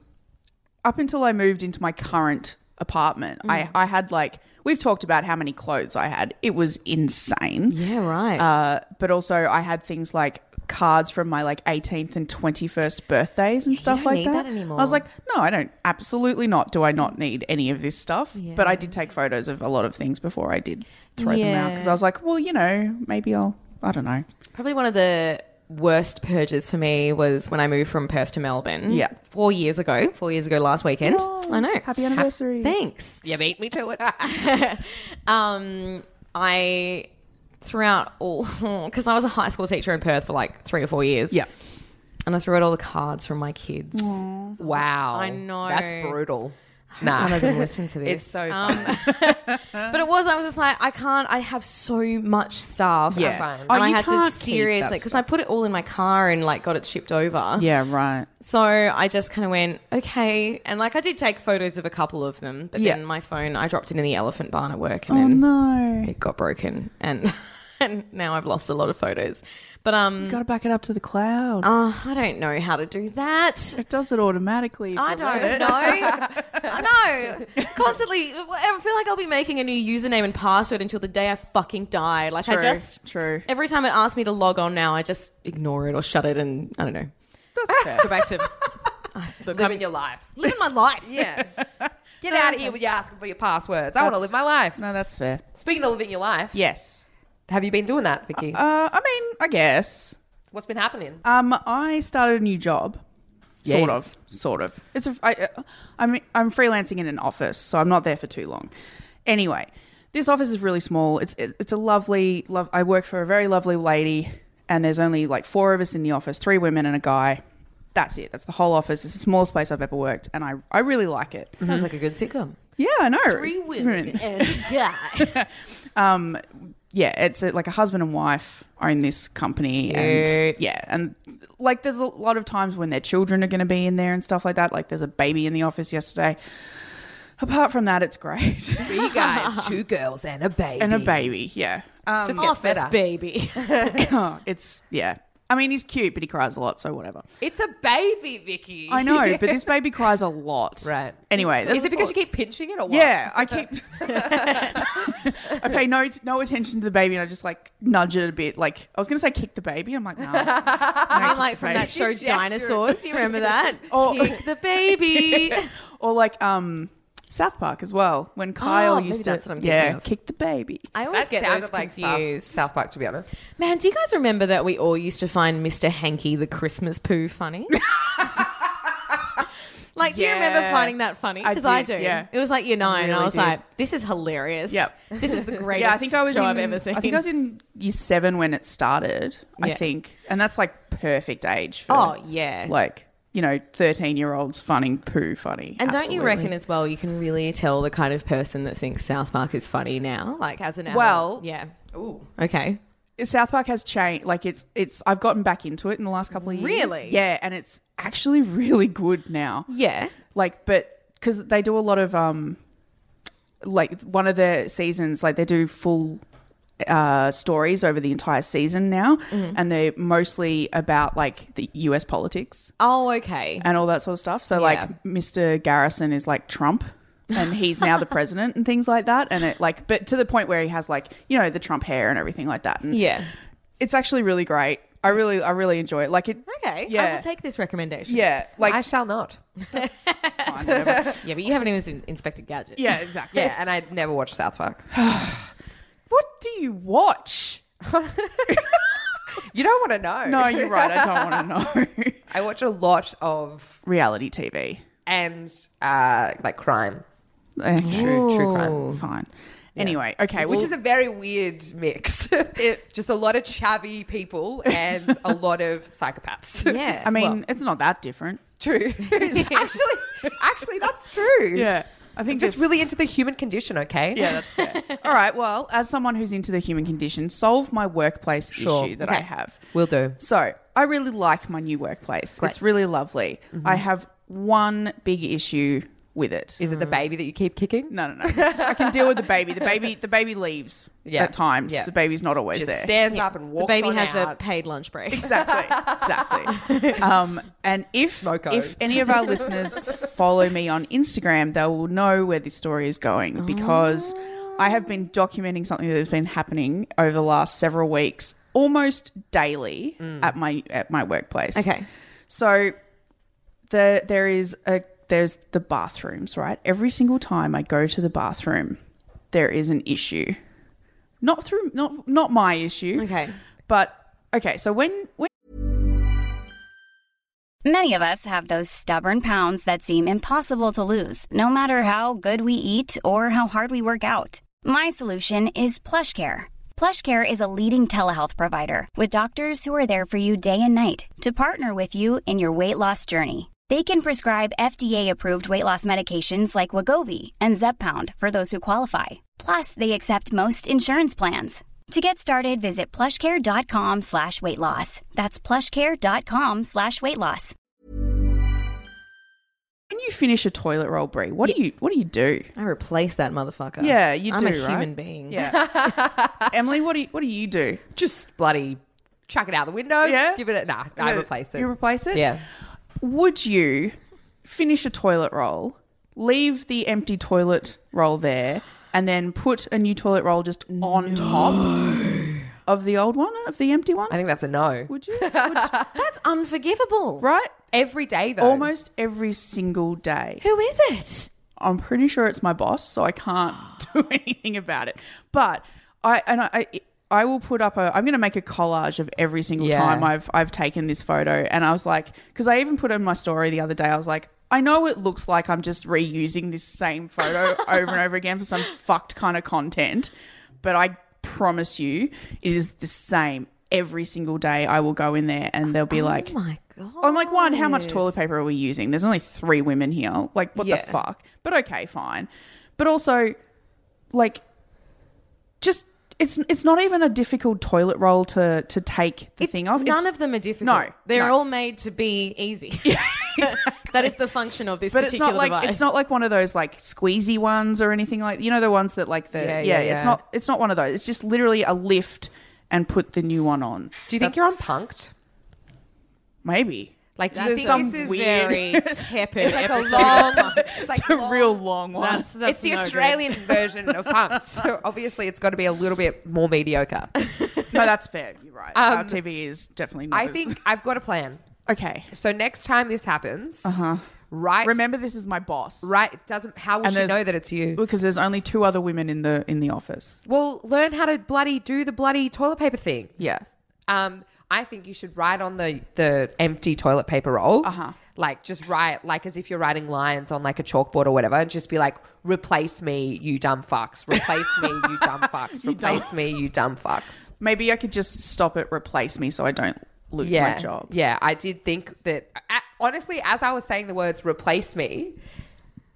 S3: up until I moved into my current apartment,
S5: Mm.
S3: I, I had, like, we've talked about how many clothes I had. It was insane.
S5: yeah, right.
S3: Uh, but also, I had things like cards from my like 18th and 21st birthdays and stuff
S5: don't
S3: like
S5: need
S3: that.
S5: that anymore.
S3: I was like, no, I don't. Absolutely not. Do I not need any of this stuff? But I did take photos of a lot of things before I did throw them out
S5: Yeah.
S3: because I was like, well, you know, maybe I'll. I don't know.
S5: Probably one of the worst purges for me was when I moved from Perth to Melbourne.
S3: Yeah.
S5: Four years ago. Four years ago last weekend. I know.
S3: Happy anniversary.
S5: Thanks.
S4: You beat me to it.
S5: Um, I throughout all because I was a high school teacher in Perth for like three or four years.
S3: Yeah.
S5: And I threw out all the cards from my kids.
S4: wow.
S5: I know.
S4: That's brutal.
S5: I
S4: Nah.
S5: don't even listen to this.
S4: It's so
S5: Um, but it was. I was just like, I can't. I have so much stuff.
S4: Yeah.
S5: And
S4: That's fine.
S5: I- and
S3: Oh,
S5: I
S3: you
S5: had to
S3: can't keep that
S5: seriously because I put it all in my car and like got it shipped over.
S3: Yeah, right.
S5: So I just kind of went, okay. And like I did take photos of a couple of them, but
S3: Yeah. Oh,
S5: then my phone, I dropped it in the elephant barn at work and then
S3: No.
S5: it got broken. And, and now I've lost a lot of photos. But um,
S3: Got to back it up to the cloud.
S5: uh, I don't know how to do that.
S3: it does it automatically. if
S5: I
S3: you
S5: don't
S3: let it.
S5: know. I know. Constantly, I feel like I'll be making a new username and password until the day I fucking die. Like I
S3: True,
S5: just,
S3: true.
S5: Every time it asks me to log on now, I just ignore it or shut it and I don't know.
S3: That's fair.
S5: Go back to
S4: Living your life.
S5: living my life.
S4: Yeah. Get out of here with your asking for your passwords. I want to
S3: That's-
S4: live my life.
S3: No, that's fair.
S4: Speaking of living your life,
S3: Yes.
S4: have you been doing that, Vicky?
S3: Uh, I mean, I guess.
S4: What's been happening?
S3: Um, I started a new job. Sort
S4: Yes.
S3: of, sort of. It's a. I, uh, I'm I'm freelancing in an office, so I'm not there for too long. Anyway, this office is really small. It's it, it's a lovely. Love. I work for a very lovely lady, and there's only like four of us in the office: three women and a guy. That's it. That's the whole office. It's the smallest place I've ever worked, and I I really like it.
S4: Sounds like a good sitcom.
S3: Yeah, I know.
S5: Three women and a guy.
S3: yeah, it's a, like a husband and wife own this company, and
S4: Cute.
S3: yeah, and like there's a lot of times when their children are going to be in there and stuff like that. Like there's a baby in the office yesterday. Apart from that, it's great.
S4: Three guys, two girls, and a baby.
S3: and a baby, yeah, um,
S4: Just get
S5: Office
S4: better.
S5: baby.
S3: it's yeah. I mean, he's cute, but he cries a lot, so whatever.
S4: It's a baby, Vicky.
S3: I know, but this baby cries a lot.
S4: Right.
S3: Anyway,
S4: Is it because you keep pinching it or what?
S3: Yeah, I keep. I pay no no attention to the baby, and I just like nudge it a bit. Like I was gonna say, kick the baby. I'm like, no. I mean,
S5: like from that show
S4: Gesture.
S5: Dinosaurs. Do you remember that?
S3: Oh.
S5: Kick the baby.
S3: or like um South Park as well when Kyle
S5: Oh, maybe
S3: used to
S5: that's what I'm thinking
S3: yeah
S5: of.
S3: kick the baby.
S5: I always
S4: That
S5: get
S4: sounded
S5: those
S4: like South,
S5: confused.
S4: South Park, to be honest.
S5: Man, do you guys remember that we all used to find Mr. Hanky the Christmas poo funny? like, do you remember
S3: Yeah.
S5: finding that funny?
S3: I
S5: Because I,
S3: did,
S5: do.
S3: yeah.
S5: It was like year nine, and
S3: really
S5: I was
S3: did.
S5: like, "This is hilarious.
S3: Yep.
S5: This is the greatest
S3: Yeah, I think I was
S5: show
S3: in,
S5: I've ever seen."
S3: I think I was in year seven when it started. I
S5: Yeah.
S3: think, and that's like perfect age for
S5: oh yeah.
S3: like you know thirteen year olds finding poo funny.
S5: and don't you
S3: Absolutely.
S5: reckon as well you can really tell the kind of person that thinks South Park is funny now, like as an adult?
S3: Well-
S5: yeah. Ooh. Okay.
S3: South Park has changed? Like it's it's I've gotten back into it in the last couple of years.
S5: Really?
S3: Yeah, and it's actually really good now.
S5: Yeah.
S3: Like, but because they do a lot of um like one of the seasons, like they do full uh, stories over the entire season now,
S5: Mm-hmm.
S3: and they're mostly about like the U.S. politics
S5: Oh, okay.
S3: and all that sort of stuff. So
S5: Yeah.
S3: like Mr. Garrison is like Trump. and he's now the president and things like that and it like but to the point where he has like you know the trump hair and everything like that and
S5: Yeah.
S3: it's actually really great i really i really enjoy it like it
S5: Okay. I
S3: Yeah.
S5: will take this recommendation.
S3: yeah like
S4: I shall not.
S3: fine, whatever.
S5: Yeah, but you haven't even seen Inspector Gadget.
S3: yeah exactly
S4: Yeah, and I never watched South Park.
S3: what do you watch
S4: You don't want to know.
S3: no you're right i don't want to know
S4: I watch a lot of
S3: reality tv
S4: and uh, like crime,
S3: Eh,
S4: true true crime,
S3: fine anyway okay
S4: which
S3: well,
S4: is a very weird mix. Just a lot of chavvy people and a lot of psychopaths.
S5: Yeah.
S3: i mean it's not that different
S4: true. actually, actually, that's true.
S3: yeah i
S4: I'm
S3: think
S4: just
S3: this-
S4: really into the human condition. Okay.
S3: yeah, that's fair. All right. Well, as someone who's into the human condition, solve my workplace
S4: Sure.
S3: issue that I
S4: Okay.
S3: have.
S4: will do.
S3: So I really like my new workplace.
S4: Great. Mm-hmm.
S3: It's really lovely. I have one big issue with it.
S4: Is it the baby that you keep kicking?
S3: No, no, no. I can deal with the baby. The baby, the baby leaves
S4: Yeah.
S3: at times.
S4: Yeah.
S3: The baby's not always
S4: Just
S3: there.
S4: stands up and walks.
S5: the baby
S4: on
S5: has a
S4: out.
S5: paid lunch break.
S3: exactly, exactly. Um, and if
S4: Smoko.
S3: if any of our listeners follow me on Instagram, they will know where this story is going because I have been documenting something that has been happening over the last several weeks, almost daily at my at my workplace.
S5: Okay.
S3: So the there is a there's the bathrooms, right? Every single time I go to the bathroom, there is an issue. Not through not not my issue.
S5: Okay.
S3: But okay, so when when
S6: Many of us have those stubborn pounds that seem impossible to lose, no matter how good we eat or how hard we work out. My solution is PlushCare. PlushCare is a leading telehealth provider with doctors who are there for you day and night to partner with you in your weight loss journey. They can prescribe FDA-approved weight loss medications like Wagovi and Zepbound for those who qualify. Plus, they accept most insurance plans. To get started, visit plushcare.com slash weight loss. That's plushcare.com slash weight loss.
S3: when you finish a toilet roll, Brie, what do you what do you do?
S5: I replace that motherfucker.
S3: Yeah, you
S5: I'm
S3: do.
S5: a
S3: right?
S5: human being.
S3: Yeah. Emily, what do you, what do you do?
S4: Just bloody chuck it out the window.
S3: Yeah?
S4: Give it a nah. I replace it.
S3: You replace it.
S4: yeah.
S3: Would you finish a toilet roll, leave the empty toilet roll there, and then put a new toilet roll just on top of the old one, of the empty one?
S4: I think that's a no.
S3: Would you? Would you?
S5: That's unforgivable.
S3: right?
S4: Every day though.
S3: Almost every single day.
S5: Who is it?
S3: I'm pretty sure it's my boss, so I can't do anything about it. But I and I. I I will put up a. I'm going to make a collage of every single
S4: Yeah.
S3: time I've I've taken this photo, and I was like, because I even put in my story the other day. I was like, I know it looks like I'm just reusing this same photo over and over again for some fucked kind of content, but I promise you, it is the same every single day. I will go in there, and they'll be like,
S5: Oh My God.
S3: I'm like, one, how much toilet paper are we using? There's only three women here. Like, what
S5: Yeah.
S3: the fuck? But okay, fine. But also, like, just it's it's not even a difficult toilet roll to to take the thing off.
S5: None
S3: It's-
S5: of them are difficult.
S3: No,
S5: They're
S3: no.
S5: all made to be easy. That is the function of this
S3: But it's
S5: particular
S3: not like
S5: device.
S3: it's not like one of those like squeezy ones or anything like you know the ones that like the
S4: Yeah,
S3: yeah,
S4: yeah,
S3: it's
S4: yeah.
S3: not it's not one of those. It's just literally a lift and put the new one on.
S4: Do you think you're unpunked?
S3: Maybe
S4: Like, do
S5: I
S4: you
S5: think
S4: think
S3: some
S4: this is
S3: weird-
S5: very tepid.
S4: It's like a
S5: episode.
S4: long. It's, like
S3: a
S4: long-
S3: real long one.
S5: That's, that's
S4: it's the
S5: no good.
S4: Australian version of punked. So obviously, it's got to be a little bit more mediocre.
S3: no, that's fair. You're right. Our TV is definitely. Not
S4: Um, I
S3: as-
S4: think I've got a plan.
S3: okay.
S4: So next time this happens, right?
S3: Uh-huh. Remember, this is my boss.
S4: right? It doesn't. How will
S3: And
S4: she
S3: there's-
S4: know that it's you?
S3: because there's only two other women in the in the office.
S4: Well, learn how to bloody do the bloody toilet paper thing.
S3: Yeah.
S4: Um, I think you should write on the the empty toilet paper roll.
S3: Uh-huh.
S4: Like just write like as if you're writing lines on like a chalkboard or whatever, and just be like, "Replace me, you dumb fucks. Replace me, you dumb fucks. Replace me, you dumb fucks."
S3: Maybe I could just stop it, replace me, so I don't lose
S4: Yeah,
S3: my job.
S4: yeah. I did think that. a honestly, as I was saying the words "replace me,"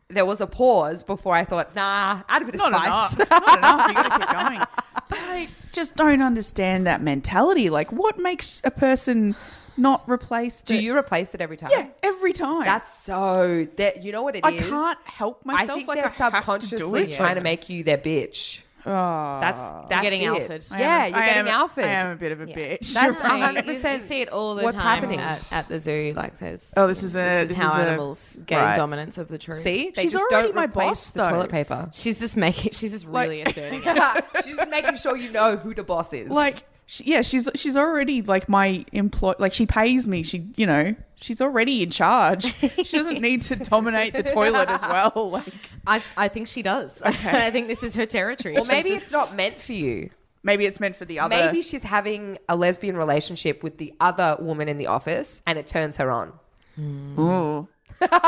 S4: there was a pause before I thought, "Nah, add a bit of
S3: Not
S4: spice."
S3: enough. Not enough. You gotta keep going. But I just don't understand that mentality. Like, what makes a person not replace the.
S4: Do you replace it every time?
S3: Yeah, every time.
S4: That's so that you know what it is.
S3: I can't help myself.
S4: I think
S3: like
S4: they're
S3: I
S4: subconsciously
S3: have to do it.
S4: trying to make you their bitch. that's that's
S5: getting
S4: it.
S5: Alfred. I
S4: Yeah,
S3: am-
S4: you're
S3: I am,
S4: getting Alfred.
S3: I am a bit of a bitch.
S4: That's
S3: You're
S4: a
S3: right.
S4: hundred
S5: You-
S4: percent.
S5: You see it all the
S4: What's
S5: time
S4: happening?
S5: At, at the zoo. Like there's
S3: Oh, this is a-
S5: this is
S3: this
S5: how
S3: is a-
S5: animals gain
S3: right.
S5: dominance over the tree.
S4: See, they
S3: She's
S4: just
S3: already
S4: don't
S3: my
S4: replace
S3: boss,
S4: the
S3: though.
S4: toilet paper.
S5: she's just making. She's just really asserting it.
S4: She's just making sure you know who the boss is.
S3: like she, yeah she's she's already like my employ like she pays me she you know she's already in charge she doesn't need to dominate the toilet as well like
S5: I, I think she does. I think this is her territory.
S4: or
S5: She's
S4: maybe
S5: just-
S4: it's not meant for you.
S3: maybe it's meant for the other
S4: Maybe she's having a lesbian relationship with the other woman in the office, and it turns her on.
S3: Ooh.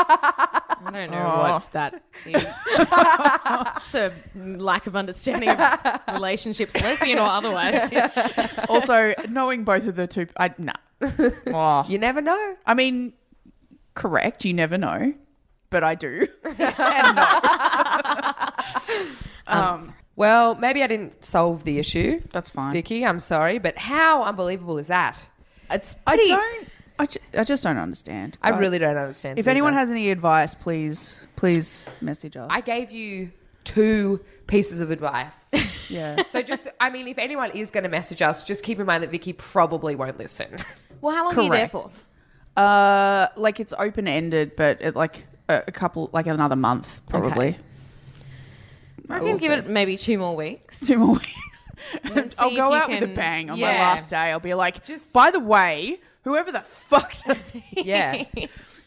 S5: I don't know what that is. it's a lack of understanding of relationships, lesbian or otherwise.
S3: also knowing both of the two i nah oh.
S4: You never know.
S3: i mean correct you never know but i do and no.
S4: Well, maybe I didn't solve the issue.
S3: that's fine
S4: Vicky, I'm sorry, but how unbelievable is that?
S5: It's
S3: i
S5: pretty.
S3: don't I, ju- I just don't understand
S4: I
S3: but
S4: really don't understand.
S3: if
S4: it
S3: anyone
S4: either.
S3: has any advice please please message us
S4: I gave you two pieces of advice.
S3: yeah
S4: so just, I mean, if anyone is going to message us, just keep in mind that Vicky probably won't listen.
S5: Well, how long are you there
S3: Correct.
S5: for?
S3: Uh, like it's open ended, but it like a, a couple, like another month probably.
S5: I can give it maybe two more weeks.
S3: Two more weeks.
S5: then
S3: I'll
S5: see
S3: go
S5: if you
S3: out with
S5: can-
S3: a bang on my
S5: Yeah.
S3: last day. I'll be like,
S4: Just-
S3: by the way, whoever the fuck does this,
S4: Yeah.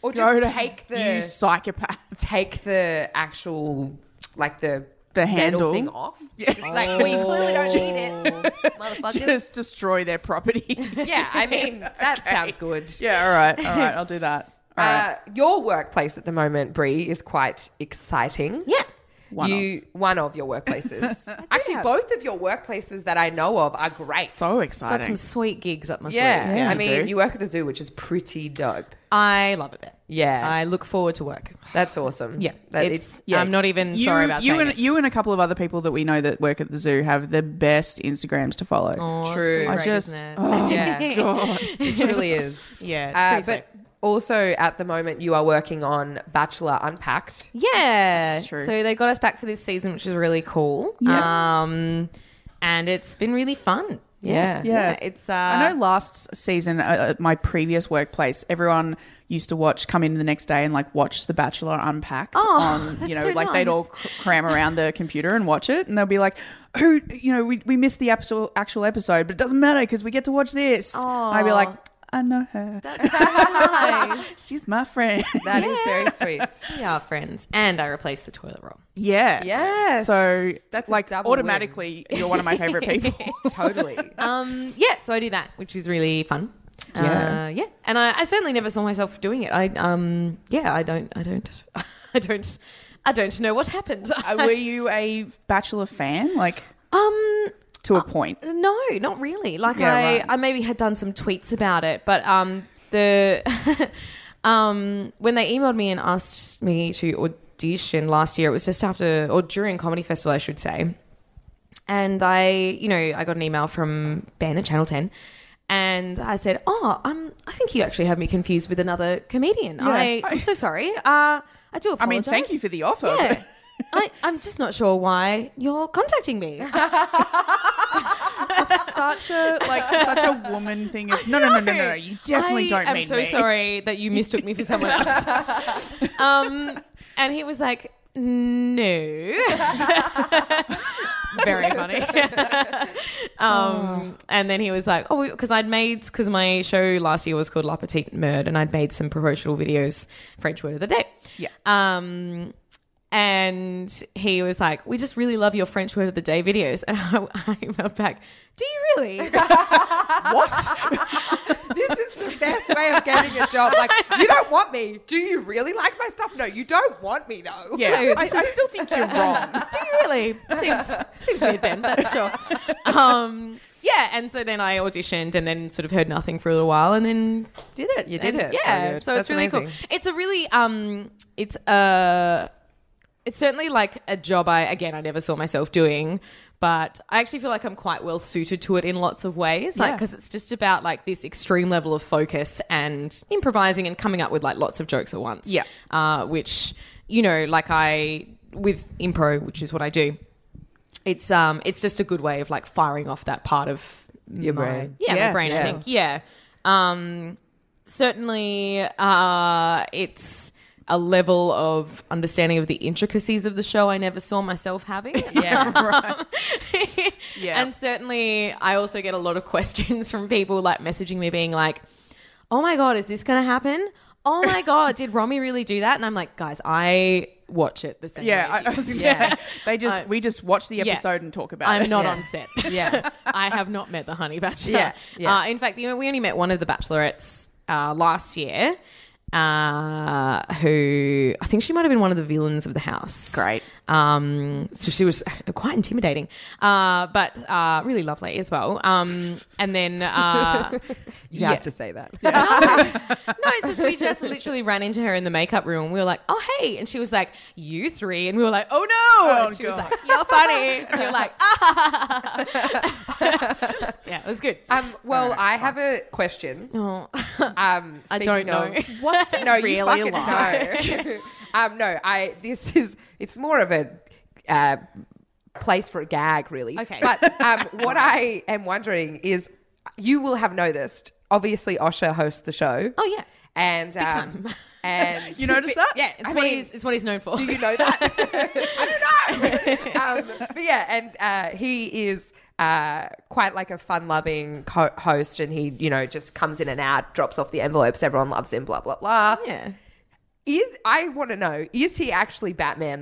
S4: Or
S3: go
S4: just
S3: to
S4: take
S3: you
S4: the
S3: psychopath.
S4: take the actual like the
S3: The
S4: metal
S3: handle.
S4: thing off. Just like we clearly don't need it, motherfuckers.
S3: Just destroy their property.
S4: yeah, I mean that sounds good.
S3: yeah, all right, all right, I'll do that. All right.
S4: Uh, your workplace at the moment, Brie, is quite exciting.
S5: Yeah.
S3: One
S4: you one of your workplaces. Actually, both of your workplaces that I know of are great.
S3: so
S5: Got
S3: exciting.
S5: some sweet gigs up my sleeve.
S4: yeah.
S3: Yeah,
S4: I
S3: you
S4: mean,
S3: do.
S4: you work at the zoo, which is pretty dope.
S5: I love it there.
S4: Yeah.
S5: I look forward to work.
S4: That's awesome.
S5: Yeah,
S4: That
S5: it's,
S4: it's
S5: I'm not even
S3: you,
S5: sorry about
S3: you
S5: saying
S3: and
S5: it.
S3: you and a couple of other people that we know that work at the zoo have the best Instagrams to follow.
S4: true.
S3: I just,
S5: isn't it?
S3: oh
S4: yeah.
S3: god,
S4: It truly is.
S5: Yeah, it's
S4: Uh,
S5: pretty
S4: but also at the moment, you are working on Bachelor Unpacked.
S5: Yeah.
S3: true.
S5: So they got us back for this season, which is really cool. Um, and it's been really fun.
S4: Yeah.
S3: Yeah.
S5: It's. Uh,
S3: I know last season uh, at my previous workplace, everyone used to watch come in the next day and like watch The Bachelor unpacked
S5: Oh,
S3: on, you
S5: that's
S3: know,
S5: so
S3: like they'd all cr- cram around the computer and watch it and they'll be like, "Who, you know, we, we missed the actual actual episode, but it doesn't matter because we get to watch this." And I'd be like, "I know her. She's my friend."
S4: That is very sweet.
S5: We are friends, and I replaced the toilet roll.
S3: yeah.
S4: Yes.
S3: So
S4: That's
S3: that's
S4: a
S3: like
S4: double win.
S3: automatically you're one of my favorite people.
S4: Totally.
S5: Um, yeah, so I do that, which is really fun.
S3: Yeah.
S5: uh, yeah. And I, I certainly never saw myself doing it. I, um, yeah, I don't, I don't, I don't, I don't know what happened.
S3: Uh, Were you a Bachelor fan? Like
S5: um,
S3: to a point.
S5: No, not really. Like
S3: Yeah,
S5: I,
S3: right.
S5: I maybe had done some tweets about it, but um, the um, when they emailed me and asked me to audition last year, it was just after or during comedy festival, I should say. And I, you know, I got an email from Ben at Channel Ten. And I said, "Oh, um, I think you actually have me confused with another comedian. I, I'm so sorry. Uh, I do apologize.
S3: I mean, thank you for the offer.
S5: Yeah.
S3: but-
S5: I, I'm just not sure why you're contacting me.
S3: such a like such a woman thing. Of, no, no, no, no, no, no. You definitely
S5: I
S3: don't
S5: am
S3: mean
S5: so
S3: me.
S5: sorry that you mistook me for someone else. um, and he was like, no. Very funny. um, and then he was like, oh, because I'd made, because my show last year was called La Petite Merde, and I'd made some promotional videos, French word of the day.
S3: Yeah.
S5: Um, and he was like, "We just really love your French word of the day videos." And I, I emailed back, "Do you really?"
S4: this is the best way of getting a job. Like, you don't want me. Do you really like my stuff? No, you don't want me though.
S3: Yeah, I, I still think you're wrong.
S5: do you really? Seems seems weird, Ben, but sure. Um, yeah, and so then I auditioned and then sort of heard nothing for a little while and then did it.
S4: You did
S5: And
S4: it. So
S5: Yeah.
S4: good.
S5: So, it's
S4: That's
S5: really
S4: amazing.
S5: cool. It's a really um it's a it's certainly like a job I again I never saw myself doing, but I actually feel like I'm quite well suited to it in lots of ways, like
S3: Yeah.
S5: because it's just about like this extreme level of focus and improvising and coming up with like lots of jokes at once.
S3: Yeah.
S5: uh, which you know, like I with impro, which is what I do. It's um, it's just a good way of like firing off that part of your
S4: brain.
S5: Yeah,
S3: Yeah,
S5: my brain.
S3: yeah.
S5: I think. Yeah. Um, certainly uh, it's a level of understanding of the intricacies of the show I never saw myself having. Yeah.
S3: Yeah.
S5: And certainly I also get a lot of questions from people like messaging me being like, oh my God, is this going to happen? Oh my God, did Romy really do that? And I'm like, guys, I watch it the same
S3: Yeah,
S5: way. as
S3: I, I
S5: you."
S3: was gonna
S4: Yeah.
S3: say, they just we just watch the
S5: Yeah.
S3: episode and talk about it.
S5: I'm not
S4: Yeah.
S5: on set.
S4: Yeah.
S5: I have not met the Honey Bachelor.
S4: Yeah, yeah.
S5: Uh, in fact, you know, we only met one of the Bachelorettes uh, last year, uh, who I think she might have been one of the villains of the house.
S3: Great.
S5: Um, so she was quite intimidating, uh, but uh, really lovely as well. Um, and then. Uh,
S4: You
S5: Yeah.
S4: have to say that.
S5: No, it's just we just literally ran into her in the makeup room. We were like, "Oh hey," and she was like, "You three. and we were like, "Oh no!"
S3: Oh,
S5: and she was
S3: God.
S5: like, "You're funny," and we were like, "Ah!" yeah, it was good.
S4: Um, well, I have a question.
S5: Oh.
S4: Um,
S5: I
S4: speaking
S5: don't know.
S4: of- What's it no,
S3: really
S4: you fucking
S3: like?
S4: know. um, no, I. This is. It's more of a. Uh, place for a gag really
S5: Okay.
S4: but um, what i am wondering is you will have noticed obviously osha hosts the show
S5: Oh, yeah.
S4: and um,
S5: time.
S4: and
S3: You noticed that?
S4: yeah
S5: It's
S4: I
S5: what
S4: mean,
S5: he's it's what he's known for.
S4: Do you know that? I don't know. um, but yeah, and uh, he is uh, quite like a fun-loving co- host, and he, you know, just comes in and out, drops off the envelopes. Everyone loves him. Blah blah blah.
S5: yeah.
S4: Is I want to know is he actually Batman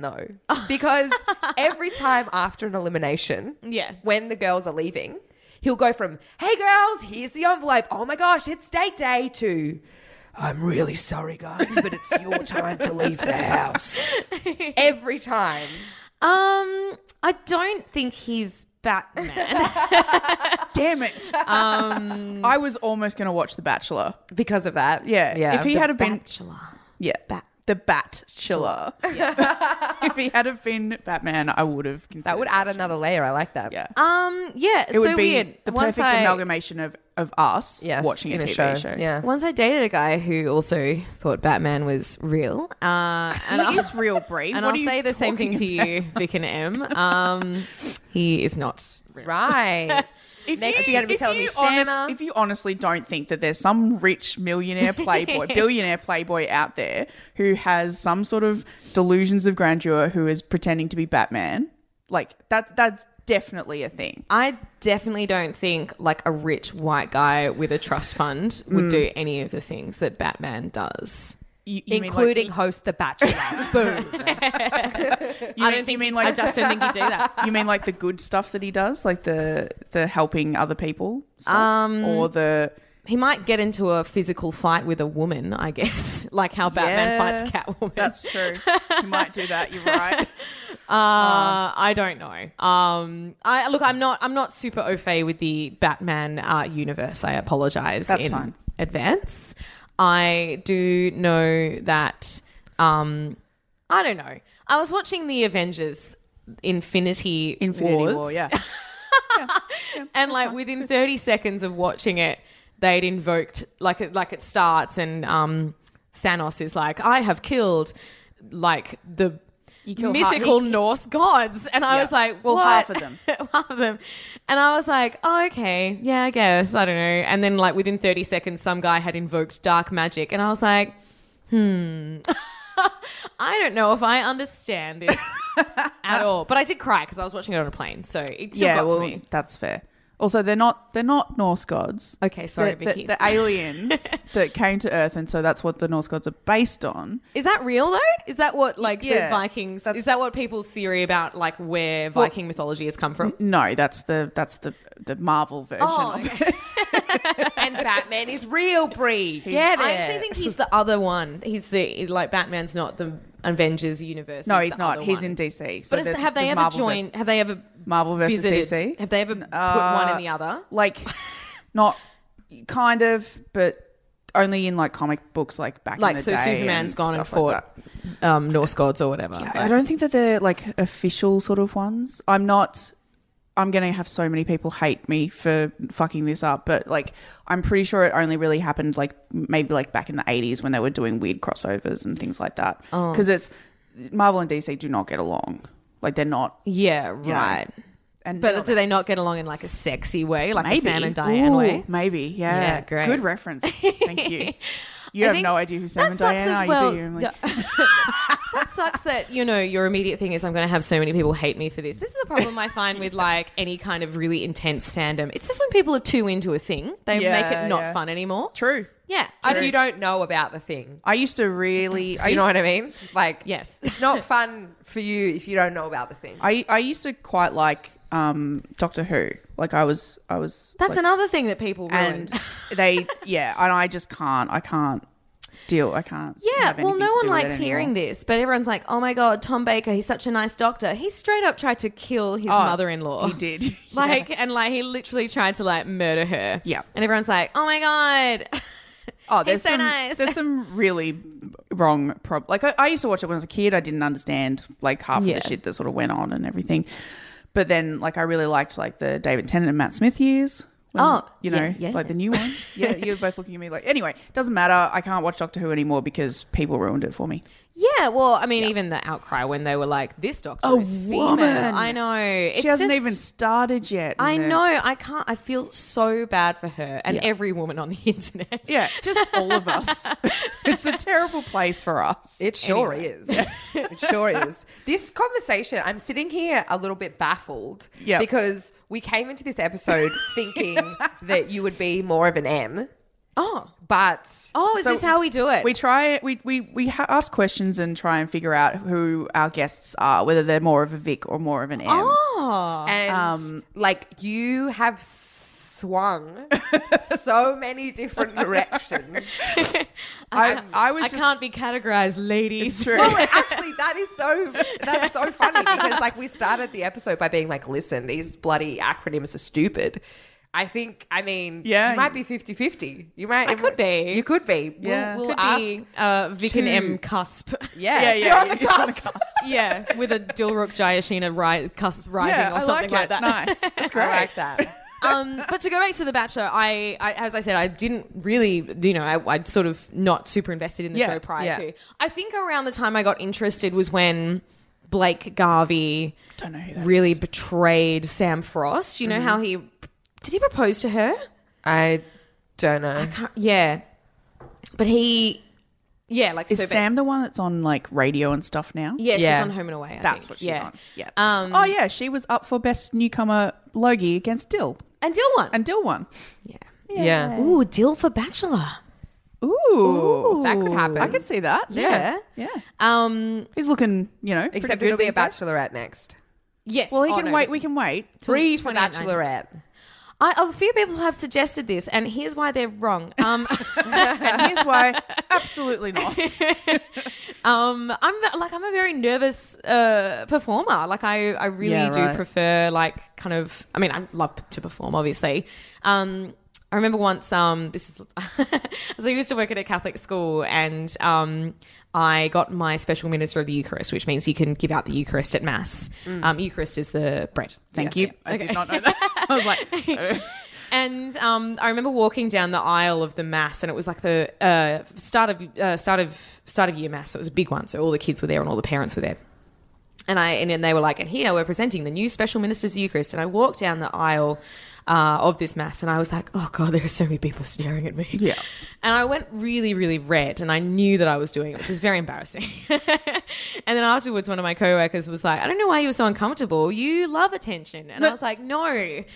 S4: though? Because every time after an elimination,
S5: Yeah.
S4: when the girls are leaving, he'll go from "Hey girls, here's the envelope. Oh my gosh, it's date day." To I'm really sorry, guys, but it's your time to leave the house. Every time.
S5: Um, I don't think he's Batman.
S3: Damn it! Um, I was almost going to watch The Bachelor.
S4: Because of that.
S3: Yeah,
S4: Yeah.
S3: If he
S4: the
S3: had have been
S5: Bachelor.
S3: yeah, the Bat Chiller. if he had have been Batman, I would have considered.
S4: that would add another layer. I like that.
S3: Yeah.
S5: Um, yeah, it's
S3: It would
S5: so
S3: be
S5: weird.
S3: the
S5: Once
S3: perfect
S5: I-
S3: amalgamation of of us
S4: Yes.
S3: watching a
S4: in
S3: TV
S4: a show. Yeah.
S5: Once I dated a guy who also thought Batman was real, uh, and
S3: It
S5: I'll-
S3: is real, Brie. What
S5: and I'll
S3: are you
S5: say the same thing
S3: talking
S5: to you, Vic and M. Um, he is not. real.
S4: Right.
S3: If
S4: Next you're gonna be
S3: if
S4: telling me
S3: you honest-
S4: Santa.
S3: if you honestly don't think that there's some rich millionaire playboy, billionaire playboy out there who has some sort of delusions of grandeur who is pretending to be Batman, like that that's definitely a thing.
S5: I definitely don't think like a rich white guy with a trust fund would do any of the things that Batman does.
S3: You, you mean like-
S4: Including host The Bachelor. Boom.
S3: you
S5: I
S3: mean-
S5: don't
S3: you
S5: think
S3: mean
S5: I
S3: like
S5: just don't think he'd do that.
S3: you mean like the good stuff that he does, like the the helping other people, stuff?
S5: Um,
S3: or the
S5: He might get into a physical fight with a woman, I guess, like how Batman
S3: Yeah,
S5: fights Catwoman.
S3: That's true. you might do that. You're right.
S5: Uh, I don't know. Um, I look, I'm not, I'm not super au fait with the Batman uh, universe. I apologize
S3: That's
S5: in
S3: fine.
S5: advance. I do know that. Um, I don't know. I was watching the Avengers Infinity, Wars,
S3: War, yeah.
S5: and like within 30 seconds of watching it, they'd invoked like it, like it starts and um, Thanos is like, I have killed like the
S3: kill
S5: mythical Norse gods, and I was like,
S3: Well,
S5: what?
S3: half of them.
S5: half of them, and I was like, oh, okay, yeah, I guess I don't know. And then like within 30 seconds, some guy had invoked dark magic, and I was like, hmm. I don't know if I understand this at all, but I did cry because I was watching it on a plane, so it still got to me.
S3: that's fair. Also, they're not they're not Norse gods.
S5: Okay, sorry,
S3: the, the-
S5: Vicky.
S3: The, aliens that came to Earth, and so that's what the Norse gods are based on.
S5: Is that real though? Is that what like
S3: Yeah,
S5: the Vikings?
S3: that's-
S5: Is that what people's theory about like where Viking mythology has come from?
S3: No, that's the that's the the Marvel version.
S5: Oh,
S3: of it.
S4: and Batman is real, Brie. Get it.
S5: I actually think he's the other one. He's the like Batman's not the Avengers universe.
S3: no, he's
S5: the
S3: not.
S5: other
S3: He's
S5: one.
S3: in DC. So
S5: But is,
S3: there's-
S5: have they
S3: there's
S5: ever
S3: Marvel
S5: joined?
S3: versus-
S5: have they ever
S3: Marvel versus
S5: visited?
S3: DC?
S5: Have they ever put
S3: Uh,
S5: one in the other?
S3: Like, not kind of, but only in like comic books, like back in
S5: Like
S3: the
S5: so,
S3: day
S5: Superman's
S3: and
S5: gone and
S3: stuff like
S5: fought
S3: that.
S5: um, Norse gods or whatever.
S3: Yeah, I
S5: Like-
S3: don't think that they're like official sort of ones. I'm not. I'm gonna have so many people hate me for fucking this up, but like, I'm pretty sure it only really happened like maybe like back in the '80s when they were doing weird crossovers and things like that.
S5: Oh.
S3: Because it's Marvel and DC do not get along. Like they're not.
S5: Yeah,
S3: you know,
S5: right.
S3: and
S5: But do they not get along in like a sexy way, like a
S3: Maybe.
S5: Sam and Diane
S3: Ooh,
S5: way?
S3: Maybe. Yeah.
S5: Yeah, great.
S3: Good reference. Thank you. You
S5: I
S3: have
S5: think
S3: no idea who Sam and Diane are, you do you? Emily?
S5: that sucks that you know your immediate thing is I'm going to have so many people hate me for this. This is a problem I find with like any kind of really intense fandom. It's just when people are too into a thing, they
S3: Yeah,
S5: make it not
S3: yeah.
S5: fun anymore.
S3: True.
S5: Yeah, I
S4: If you don't know about the thing,
S3: I used to really. I
S4: you
S3: used
S4: know what I mean? Like,
S5: Yes.
S4: it's not fun for you if you don't know about the thing.
S3: I I used to quite like um, Doctor Who. Like I was I was
S5: That's
S3: like-
S5: another thing that people ruin.
S3: and they yeah and I just can't I can't deal I can't
S5: Yeah,
S3: have
S5: well,
S3: anything
S5: no
S3: to
S5: one
S3: do with it
S5: likes hearing
S3: anymore.
S5: this, but everyone's like, "Oh my god, Tom Baker, he's such a nice doctor." He straight up tried to kill his
S3: Oh,
S5: mother-in-law.
S3: He did
S5: like, and like he literally tried to like murder her.
S3: Yeah.
S5: and everyone's like, "Oh my god."
S3: Oh,
S5: He's
S3: there's
S5: so
S3: some
S5: nice.
S3: there's some really wrong prob. Like I, I used to watch it when I was a kid. I didn't understand like half
S5: Yeah.
S3: of the shit that sort of went on and everything. But then like I really liked like the David Tennant and Matt Smith years. when,
S5: Oh,
S3: you know,
S5: yeah,
S3: like the
S5: yes.
S3: new ones. Yeah, you're both looking at me like. Anyway, doesn't matter. I can't watch Doctor Who anymore because people ruined it for me.
S5: Yeah, well, I mean, even the outcry when they were like, "This doctor
S3: A
S5: is female."
S3: woman.
S5: I know
S3: she hasn't even started yet.
S5: I
S3: and the-
S5: know. I can't. I feel so bad for her and
S3: Yeah.
S5: every woman on the internet.
S3: Yeah, just all of us. it's a terrible place for us.
S4: It sure is. it sure is. This conversation, I'm sitting here a little bit baffled
S3: Yep.
S4: because we came into this episode thinking that you would be more of an M,
S5: Oh,
S4: but
S5: oh, is
S3: So
S5: this how we do it?
S3: We try. We we we ha- ask questions and try and figure out who our guests are, whether they're more of a Vic or more of an M.
S5: oh,
S4: and like you have swung so many different directions.
S3: I I was
S5: I
S3: just,
S5: can't be categorized, ladies.
S3: It's true.
S4: Well, actually, that is so that's so funny because like we started the episode by being like, listen, these bloody acronyms are stupid. I think, I mean,
S3: Yeah.
S4: you might be 50-50. You might.
S5: I could be.
S4: You could be.
S3: Yeah.
S4: We'll, we'll
S5: Could
S4: ask.
S5: be uh, Vic and
S4: two.
S5: M cusp.
S4: Yeah.
S3: yeah,
S4: You're on
S3: yeah,
S4: the
S3: you're on the
S4: cusp.
S5: yeah, with a Dilruk Jayashina ri- cusp rising
S3: yeah,
S5: or
S3: I like,
S5: something like,
S3: it.
S5: that.
S3: Nice. That's great.
S4: I like that.
S5: um, but to go back to The Bachelor, I, I as I said, I didn't really, you know, I, I'd sort of not super invested in the
S3: Yeah,
S5: show prior
S4: yeah.
S5: to. I think around the time I got interested was when Blake Garvey
S3: Don't know who that
S5: really betrayed Sam Frost. You know how he did he propose to her?
S4: I don't know.
S5: Mm. Yeah, but he, yeah, like
S3: is.
S5: so.
S3: Is Sam the one that's on like radio and stuff now?
S5: yeah,
S4: Yeah.
S5: she's on Home and Away. I
S3: That's
S5: think.
S3: what she's
S5: yeah.
S3: on. Yeah.
S5: Um,
S3: oh yeah, she was up for best newcomer Logie against Dill,
S5: And Dill won.
S3: and Dill won.
S4: Yeah.
S5: Ooh, Dill for Bachelor.
S3: Ooh,
S4: That could happen.
S3: I could see that.
S5: Yeah.
S3: yeah.
S5: Um.
S3: He's looking, you know,
S4: Except
S3: pretty
S4: it'll
S3: good
S4: be a
S3: these days.
S4: bachelorette next.
S5: Yes.
S3: Well, he
S5: Oh,
S3: can
S5: no.
S3: wait. We can wait.
S4: Three for
S5: 2019.
S4: bachelorette.
S5: I, a few people have suggested this, and here's why they're wrong. Um,
S3: and here's why. Absolutely not.
S5: um, I'm the- like I'm a very nervous uh, performer. Like I, I really
S3: Yeah,
S5: do
S3: right.
S5: prefer like kind of. I mean, I love p- to perform, obviously. Um, I remember once. Um, this is. so I used to work at a Catholic school, and um, I got my special minister of the Eucharist, which means you can give out the Eucharist at Mass.
S3: Mm.
S5: Um, Eucharist is the bread.
S3: Thank you. I did not know that. I was like,
S5: And um, I remember walking down the aisle of the mass, and it was like the uh, start of uh, start of start of year mass. So it was a big one. So all the kids were there, and all the parents were there. And I and then they were like, and here we're presenting the new special ministers of Eucharist. And I walked down the aisle uh, of this mass, and I was like, oh god, there are so many people staring at me.
S3: Yeah.
S5: And I went really, really red, and I knew that I was doing it, which was very embarrassing. and then afterwards, one of my coworkers was like, I don't know why you were so uncomfortable. You love attention, and I was like, no,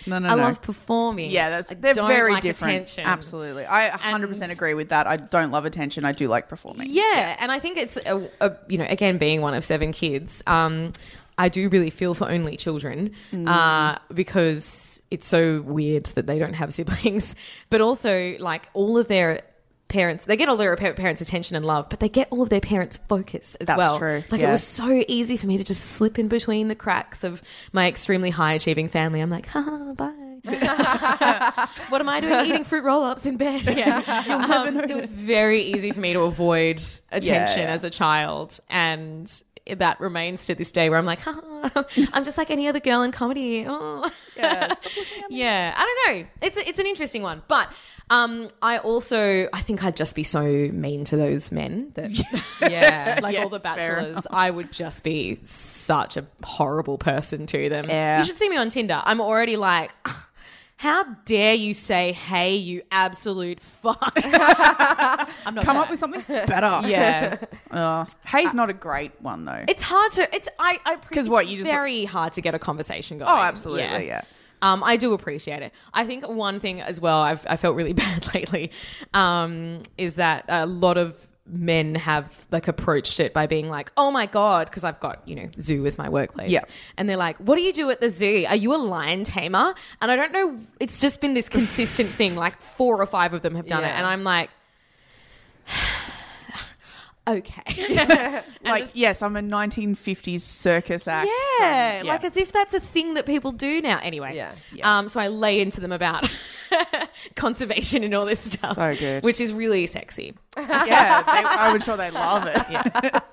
S3: No, no,
S5: I
S3: no.
S5: love performing.
S3: yeah, that's
S5: I
S3: they're
S5: don't
S3: very
S5: like
S3: different.
S5: attention.
S3: Absolutely, I 100 percent
S5: And-
S3: agree with that. I don't love attention. I do like performing.
S5: Yeah, and I think it's a, a, you know again being one of seven kids, um, I do really feel for only children
S3: Mm.
S5: uh, because it's so weird that they don't have siblings, but also like all of their parents they get all their pa- parents attention and love but they get all of their parents focus as
S3: That's
S5: well
S3: true,
S5: like
S3: yeah.
S5: it was so easy for me to just slip in between the cracks of my extremely high achieving family i'm like ha ha, bye what am I doing? Eating fruit roll ups in bed. Yeah. Um, it was very easy for me to avoid attention
S3: yeah.
S5: as a child. And that remains to this day where I'm like, I'm just like any other girl in comedy. Oh. Yeah, yeah. I don't know. It's, a, it's an interesting one. But um, I also, I think I'd just be so mean to those men that
S4: Yeah.
S5: like all the bachelors, I would just be such a horrible person to them.
S3: Yeah.
S5: You should see me on Tinder. I'm already like, how dare you say, hey, you absolute fuck. I'm not
S3: Come
S5: that.
S3: up with something better.
S5: Yeah.
S3: Uh, Hay's not a great one though.
S5: It's hard to, it's, I, I, because
S3: what, you just-
S5: very hard to get a conversation going.
S3: oh, absolutely. Yeah.
S5: Um, I do appreciate it. I think one thing as well I've I felt really bad lately um, is that a lot of men have like approached it by being like, "Oh my god," because I've got you know zoo is my workplace,
S3: Yeah.
S5: and they're like, "What do you do at the zoo? Are you a lion tamer?" And I don't know. It's just been this consistent thing. Like four or five of them have done it,
S4: Yeah.
S5: and I'm like. Okay.
S3: Like yes, I'm a 1950s circus act.
S5: Yeah,
S3: from-
S5: like as if that's a thing that people do now. Anyway,
S4: Yeah.
S5: Um, so I lay into them about conservation and all this stuff,
S3: So good.
S5: which is really sexy.
S3: yeah. They, I'm sure they love it.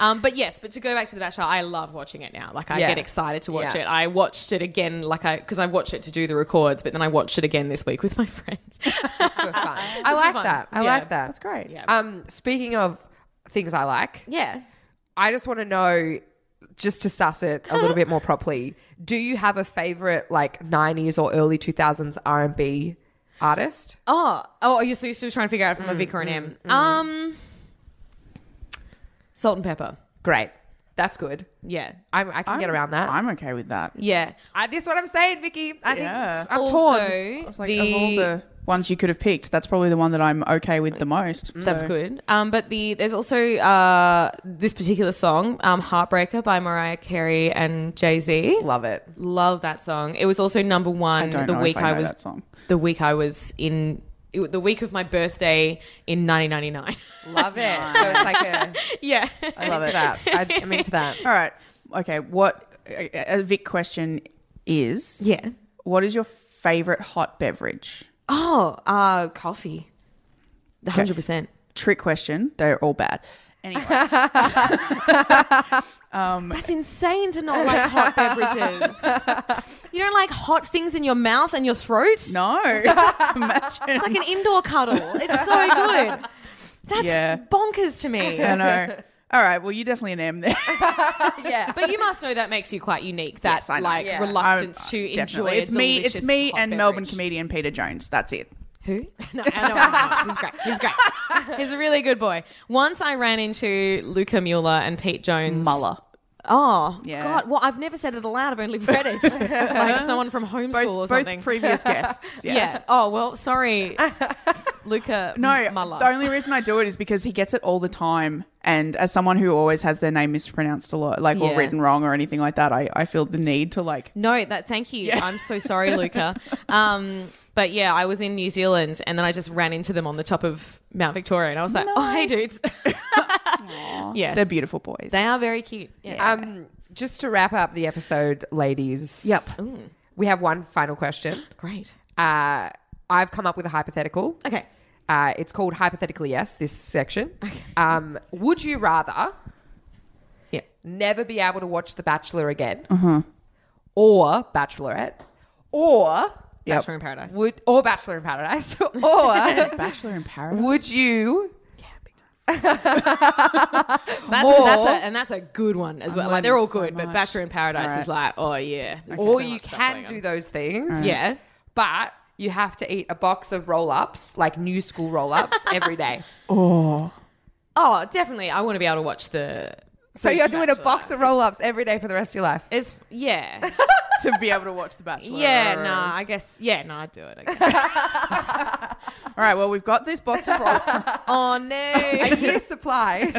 S5: Um, but yes, but to go back to The Bachelor, I love watching it now. Like I
S4: Yeah.
S5: get excited to watch
S4: Yeah.
S5: it. I watched it again, like I because I watch it to do the records, but then I watched it again this week with my friends.
S4: Just for fun. I like
S5: fun.
S4: that. I
S5: Yeah.
S4: like that.
S3: That's great. Yeah.
S4: Um, speaking of things I like,
S5: yeah.
S4: I just want to know, just to suss it a little bit more properly, do you have a favorite like '90s or early 2000s R&B artist?
S5: Oh, oh, you're, so you're still trying to figure out
S4: Mm,
S5: from a Vicar and M. Um, salt and pepper.
S4: Great, that's good.
S5: Yeah,
S4: I'm, I can get around that.
S3: I'm okay with that.
S5: yeah.
S4: I, this is what I'm saying, Vicky. I
S3: Yeah.
S4: think I'm torn.
S5: also,
S3: It's like
S5: the-
S3: of all the ones you could have picked, that's probably the one that I'm okay with the most.
S5: That's
S3: so-
S5: good. Um, but the there's also uh, this particular song, um, "Heartbreaker" by Mariah Carey and Jay Z.
S4: Love it.
S5: Love that song. It was also number one
S3: don't
S5: the
S3: know
S5: week
S3: if I
S5: I,
S3: know
S5: was
S3: that song.
S5: the week I was in it, was the week of my birthday in 1999.
S4: Love it. So it's like a
S5: yeah,
S4: I'm into that. I, I'm into that.
S3: All right. Okay. What a a Vic question is?
S4: Yeah.
S3: What is your favorite hot beverage?
S5: Oh, uh, coffee. 100. percent
S3: Trick question. They're all bad. Anyway,
S5: That's insane to not like hot beverages. you don't like hot things in your mouth and your throat.
S3: no. Imagine.
S5: It's like an indoor cuddle. It's so good. That's
S3: Yeah.
S5: bonkers to me.
S3: I know. All right. Well, you're definitely an M there.
S4: Yeah.
S5: But you must know that makes you quite unique. That
S3: I know. uh,
S5: like
S4: Yeah.
S5: reluctance to enjoy.
S3: Definitely.
S5: a
S3: It's me. It's
S5: delicious
S3: me
S5: hot
S3: and
S5: beverage.
S3: Melbourne comedian Peter Jones. That's it.
S5: Who? No, I know I know. He's great. He's great. He's a really good boy. Once I ran into Luca Mueller and Pete Jones. Oh,
S3: Yeah.
S5: God. Well, I've never said it aloud. I've only read it. like someone from homeschool or
S3: Both,
S5: something.
S3: both previous guests. Yes.
S5: Yeah. Oh, well, sorry, Luca
S3: No,
S5: Muller.
S3: the only reason I do it is because he gets it all the time. And as someone who always has their name mispronounced a lot, like
S5: Yeah.
S3: or written wrong or anything like that, I, I feel the need to like.
S5: No, that. Thank you. I'm so sorry, Luca. Um, but yeah, I was in New Zealand, and then I just ran into them on the top of Mount Victoria, and I was like, "Oh, hey, dudes." yeah,
S3: They're
S5: they're,
S3: beautiful boys.
S5: very cute. Yeah.
S4: Um, just to wrap up the episode, ladies.
S3: Yep.
S4: We have one final question.
S5: Mm, Great.
S4: Uh, I've come up with a hypothetical.
S5: Okay.
S4: Uh, it's called hypothetically yes. This section. Um, would you rather
S5: Yeah. Uh-huh.
S4: never be able to watch The Bachelor again, or Bachelorette, or
S3: Yep.
S5: Bachelor in Paradise.
S4: would or Bachelor in Paradise, or
S3: Bachelor in Paradise.
S4: would you?
S5: That's, a,
S4: Or-
S5: that's a, and that's a good one as well. like they're all
S3: so
S5: good, but
S3: much.
S5: Bachelor in Paradise
S3: All
S5: is like, oh yeah. there's
S4: Or
S5: so
S4: you
S5: much stuff
S4: can
S5: going
S4: do
S5: on.
S4: those things.
S5: Yeah.
S4: but you have to eat a box of roll ups, like new school roll ups, every day.
S5: Oh, definitely. I want to be able to watch the.
S4: So you're doing a box of roll ups every day for the rest of your life.
S5: It's yeah,
S3: to be able to watch The Bachelor.
S5: yeah. Nah, I guess yeah. Nah, I'd do it. I guess.
S3: All right. Well, we've got this box of roll.
S5: oh no.
S4: A year's supply.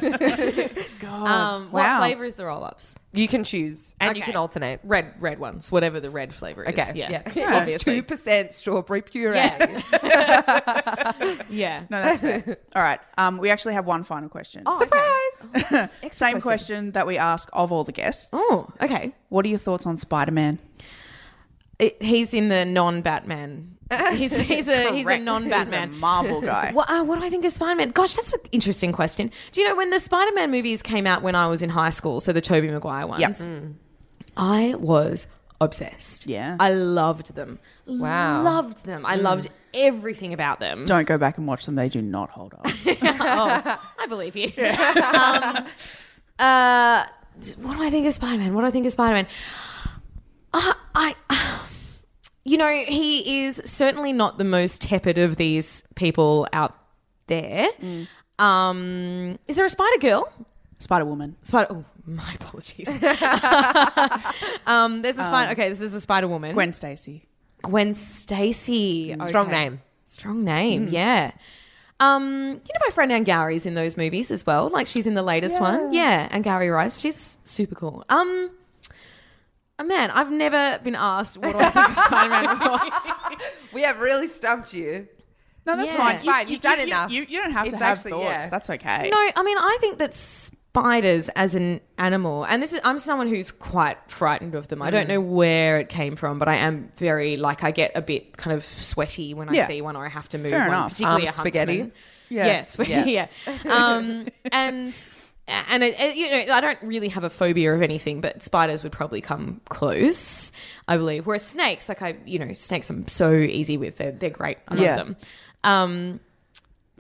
S3: wow.
S5: Um, What flavor is the roll ups?
S4: you can choose and you
S5: Okay.
S4: can alternate.
S5: Red, red ones, whatever the red flavor is.
S4: Okay.
S5: yeah,
S4: Yeah. It's
S5: obviously.
S4: two percent strawberry puree.
S5: Yeah. yeah.
S3: no, that's fair. All right. Um, we actually have one final question.
S4: Surprise.
S3: Same question. that we ask of all the guests.
S5: Oh, okay.
S3: What are your thoughts on Spider Man?
S5: it- he's in the non-Batman. He's he's a he's a
S3: Correct.
S5: non-Batman.
S3: He's a Marvel guy.
S5: Well, uh, what do I think of Spider Man? Gosh, that's an interesting question. Do you know when the Spider Man movies came out when I was in high school? So the Tobey Maguire ones. Mm.
S3: Yep.
S5: I was obsessed.
S3: Yeah.
S5: I loved them.
S4: Wow.
S5: Loved them. I loved everything about them.
S3: Don't go back and watch them. They do not hold up.
S5: oh, I believe you. um, uh, d- what do I think of Spider Man? What do I think of Spider Man? Uh, I, you know, he is certainly not the most tepid of these people out there. Um, is there a Spider Girl?
S3: Spider Woman.
S5: Spider. Oh, my apologies. um, there's a spider. okay, this is a Spider Woman.
S3: Gwen Stacy.
S5: Gwen Stacy.
S4: Strong
S5: Okay.
S4: name. Hmm.
S5: Strong name, yeah. Um, you know my friend Angari's in those movies as well. Like she's in the latest one, yeah. Angari Rice, she's super cool. Um, uh, man, I've never been asked what do I think of Spider-Man. before.
S4: We have really stumped you.
S3: No, that's
S5: Yeah.
S3: fine.
S5: It's
S4: fine. You've done enough.
S3: You, you don't have
S4: It's
S3: to have
S4: actually-
S3: thoughts.
S4: yeah.
S3: That's okay.
S5: no, I mean I think that spiders as an animal, and this is I'm someone who's quite frightened of them. I
S3: Mm.
S5: don't know where it came from, but I am very like I get a bit kind of sweaty when I
S3: Yeah.
S5: see one or I have to move
S3: Fair
S5: one,
S3: enough. Um,
S5: particularly
S4: Arm
S5: a
S4: spaghetti.
S5: huntsman.
S3: Yeah.
S5: Yes. Yeah. Um, and and it, it- you know, I don't really have a phobia of anything, but spiders would probably come close, I believe. Whereas snakes, like I, you know, snakes, I'm so easy with. They're they're great. I love
S3: Yeah.
S5: them. Um,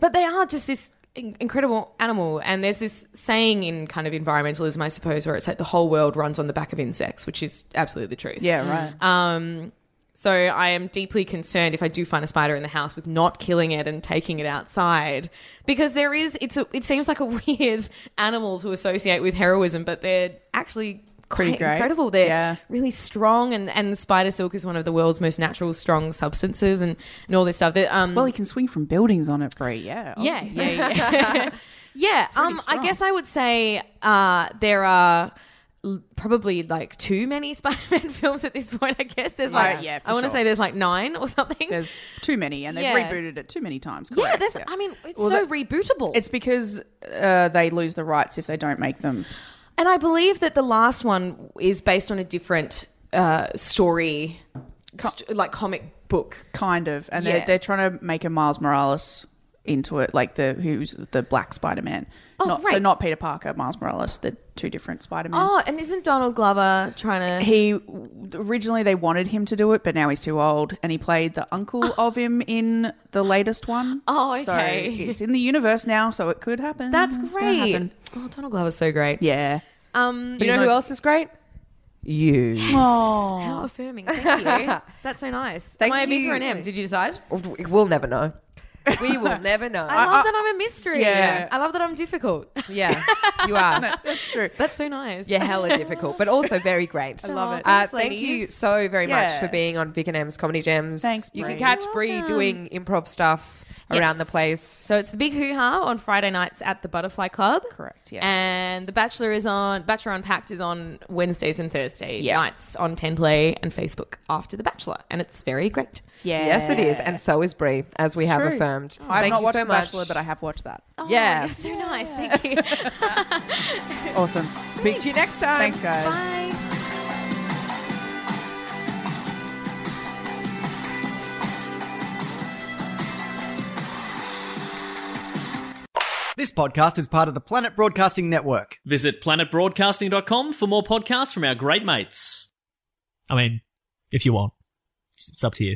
S5: but they are just this in- incredible animal and there's this saying in kind of environmentalism i suppose where it's like the whole world runs on the back of insects which is absolutely the truth
S3: Yeah, right.
S5: um, so I am deeply concerned if I do find a spider in the house with not killing it and taking it outside because there is it's a, it seems like a weird animal to associate with heroism, but they're actually
S3: Pretty
S5: quite
S3: great.
S5: incredible. They're
S3: Yeah.
S5: really strong, and and spider silk is one of the world's most natural strong substances, and and all this stuff. That um,
S3: well, he can swing from buildings on it, Brie. Yeah.
S5: yeah, yeah, yeah. Oh. yeah. Um, I guess I would say uh, there are l- probably like too many Spider-Man films at this point. I guess there's like
S3: yeah, for
S5: I want to
S3: sure.
S5: say there's like nine or something.
S3: There's too many, and they've
S5: Yeah.
S3: rebooted it too many times.
S5: yeah,
S3: correct,
S5: there's. I mean, it's
S3: Well,
S5: so
S3: that-
S5: rebootable.
S3: It's because uh, they lose the rights if they don't make them.
S5: and I believe that the last one is based on a different uh, story, st- like comic book.
S3: Kind of, and
S5: Yeah.
S3: they're, they're trying to make a Miles Morales into it, like the who's the Black Spider Man.
S5: Oh,
S3: not, So
S5: great.
S3: not Peter Parker, Miles Morales. They're two different Spider Men.
S5: Oh, and isn't Donald Glover trying to?
S3: He originally they wanted him to do it, but now he's too old, and he played the uncle of him in the latest one.
S5: Oh,
S3: So
S5: okay.
S3: it's in the universe now, so it could happen.
S5: That's
S3: It's gonna
S5: great.
S3: happen.
S5: Oh, Donald Glover's so great.
S3: Yeah.
S5: Um,
S4: You
S3: he's
S4: know who
S3: not-
S4: else is great? You.
S5: How affirming. Thank you. That's so nice.
S4: Thank
S5: Am I a big
S4: you.
S5: or an M? Did you decide?
S4: We'll never know. We will never know.
S5: I love that I'm a mystery.
S3: Yeah.
S5: I love that I'm difficult.
S4: yeah, you are.
S3: That's true.
S5: That's so nice.
S4: Yeah, hella difficult, but also very great. I
S5: love it.
S4: Uh,
S5: Thanks,
S4: thank you
S5: ladies.
S4: so very much
S3: Yeah.
S4: for being on Vic and M's Comedy Gems.
S3: Thanks,
S4: You can
S3: Bree.
S4: catch
S5: You're
S4: Bree
S5: welcome.
S4: doing improv stuff around the
S5: Yes.
S4: place.
S5: So it's the big hoo ha on Friday nights at the Butterfly Club.
S3: Correct, yes.
S5: And the Bachelor is on Bachelor Unpacked is on Wednesdays and Thursday
S3: Yeah.
S5: nights on Ten Play and Facebook after the Bachelor, and it's very great.
S3: Yeah.
S4: Yes, it is, and so is Bree, as we
S3: It's
S4: have
S3: true.
S4: affirmed.
S3: I've
S4: thank
S3: not
S4: you
S3: watched
S4: so
S3: The
S4: much.
S3: Bachelor, but I have watched that.
S4: yeah,
S5: Yes. Oh, so nice. Thank you.
S3: Awesome.
S4: speak to you next time.
S3: Thanks, guys.
S5: Bye.
S1: This podcast is part of the Planet Broadcasting Network.
S2: Visit planetbroadcasting.com for more podcasts from our great mates. I mean, if you want, it's, it's up to you.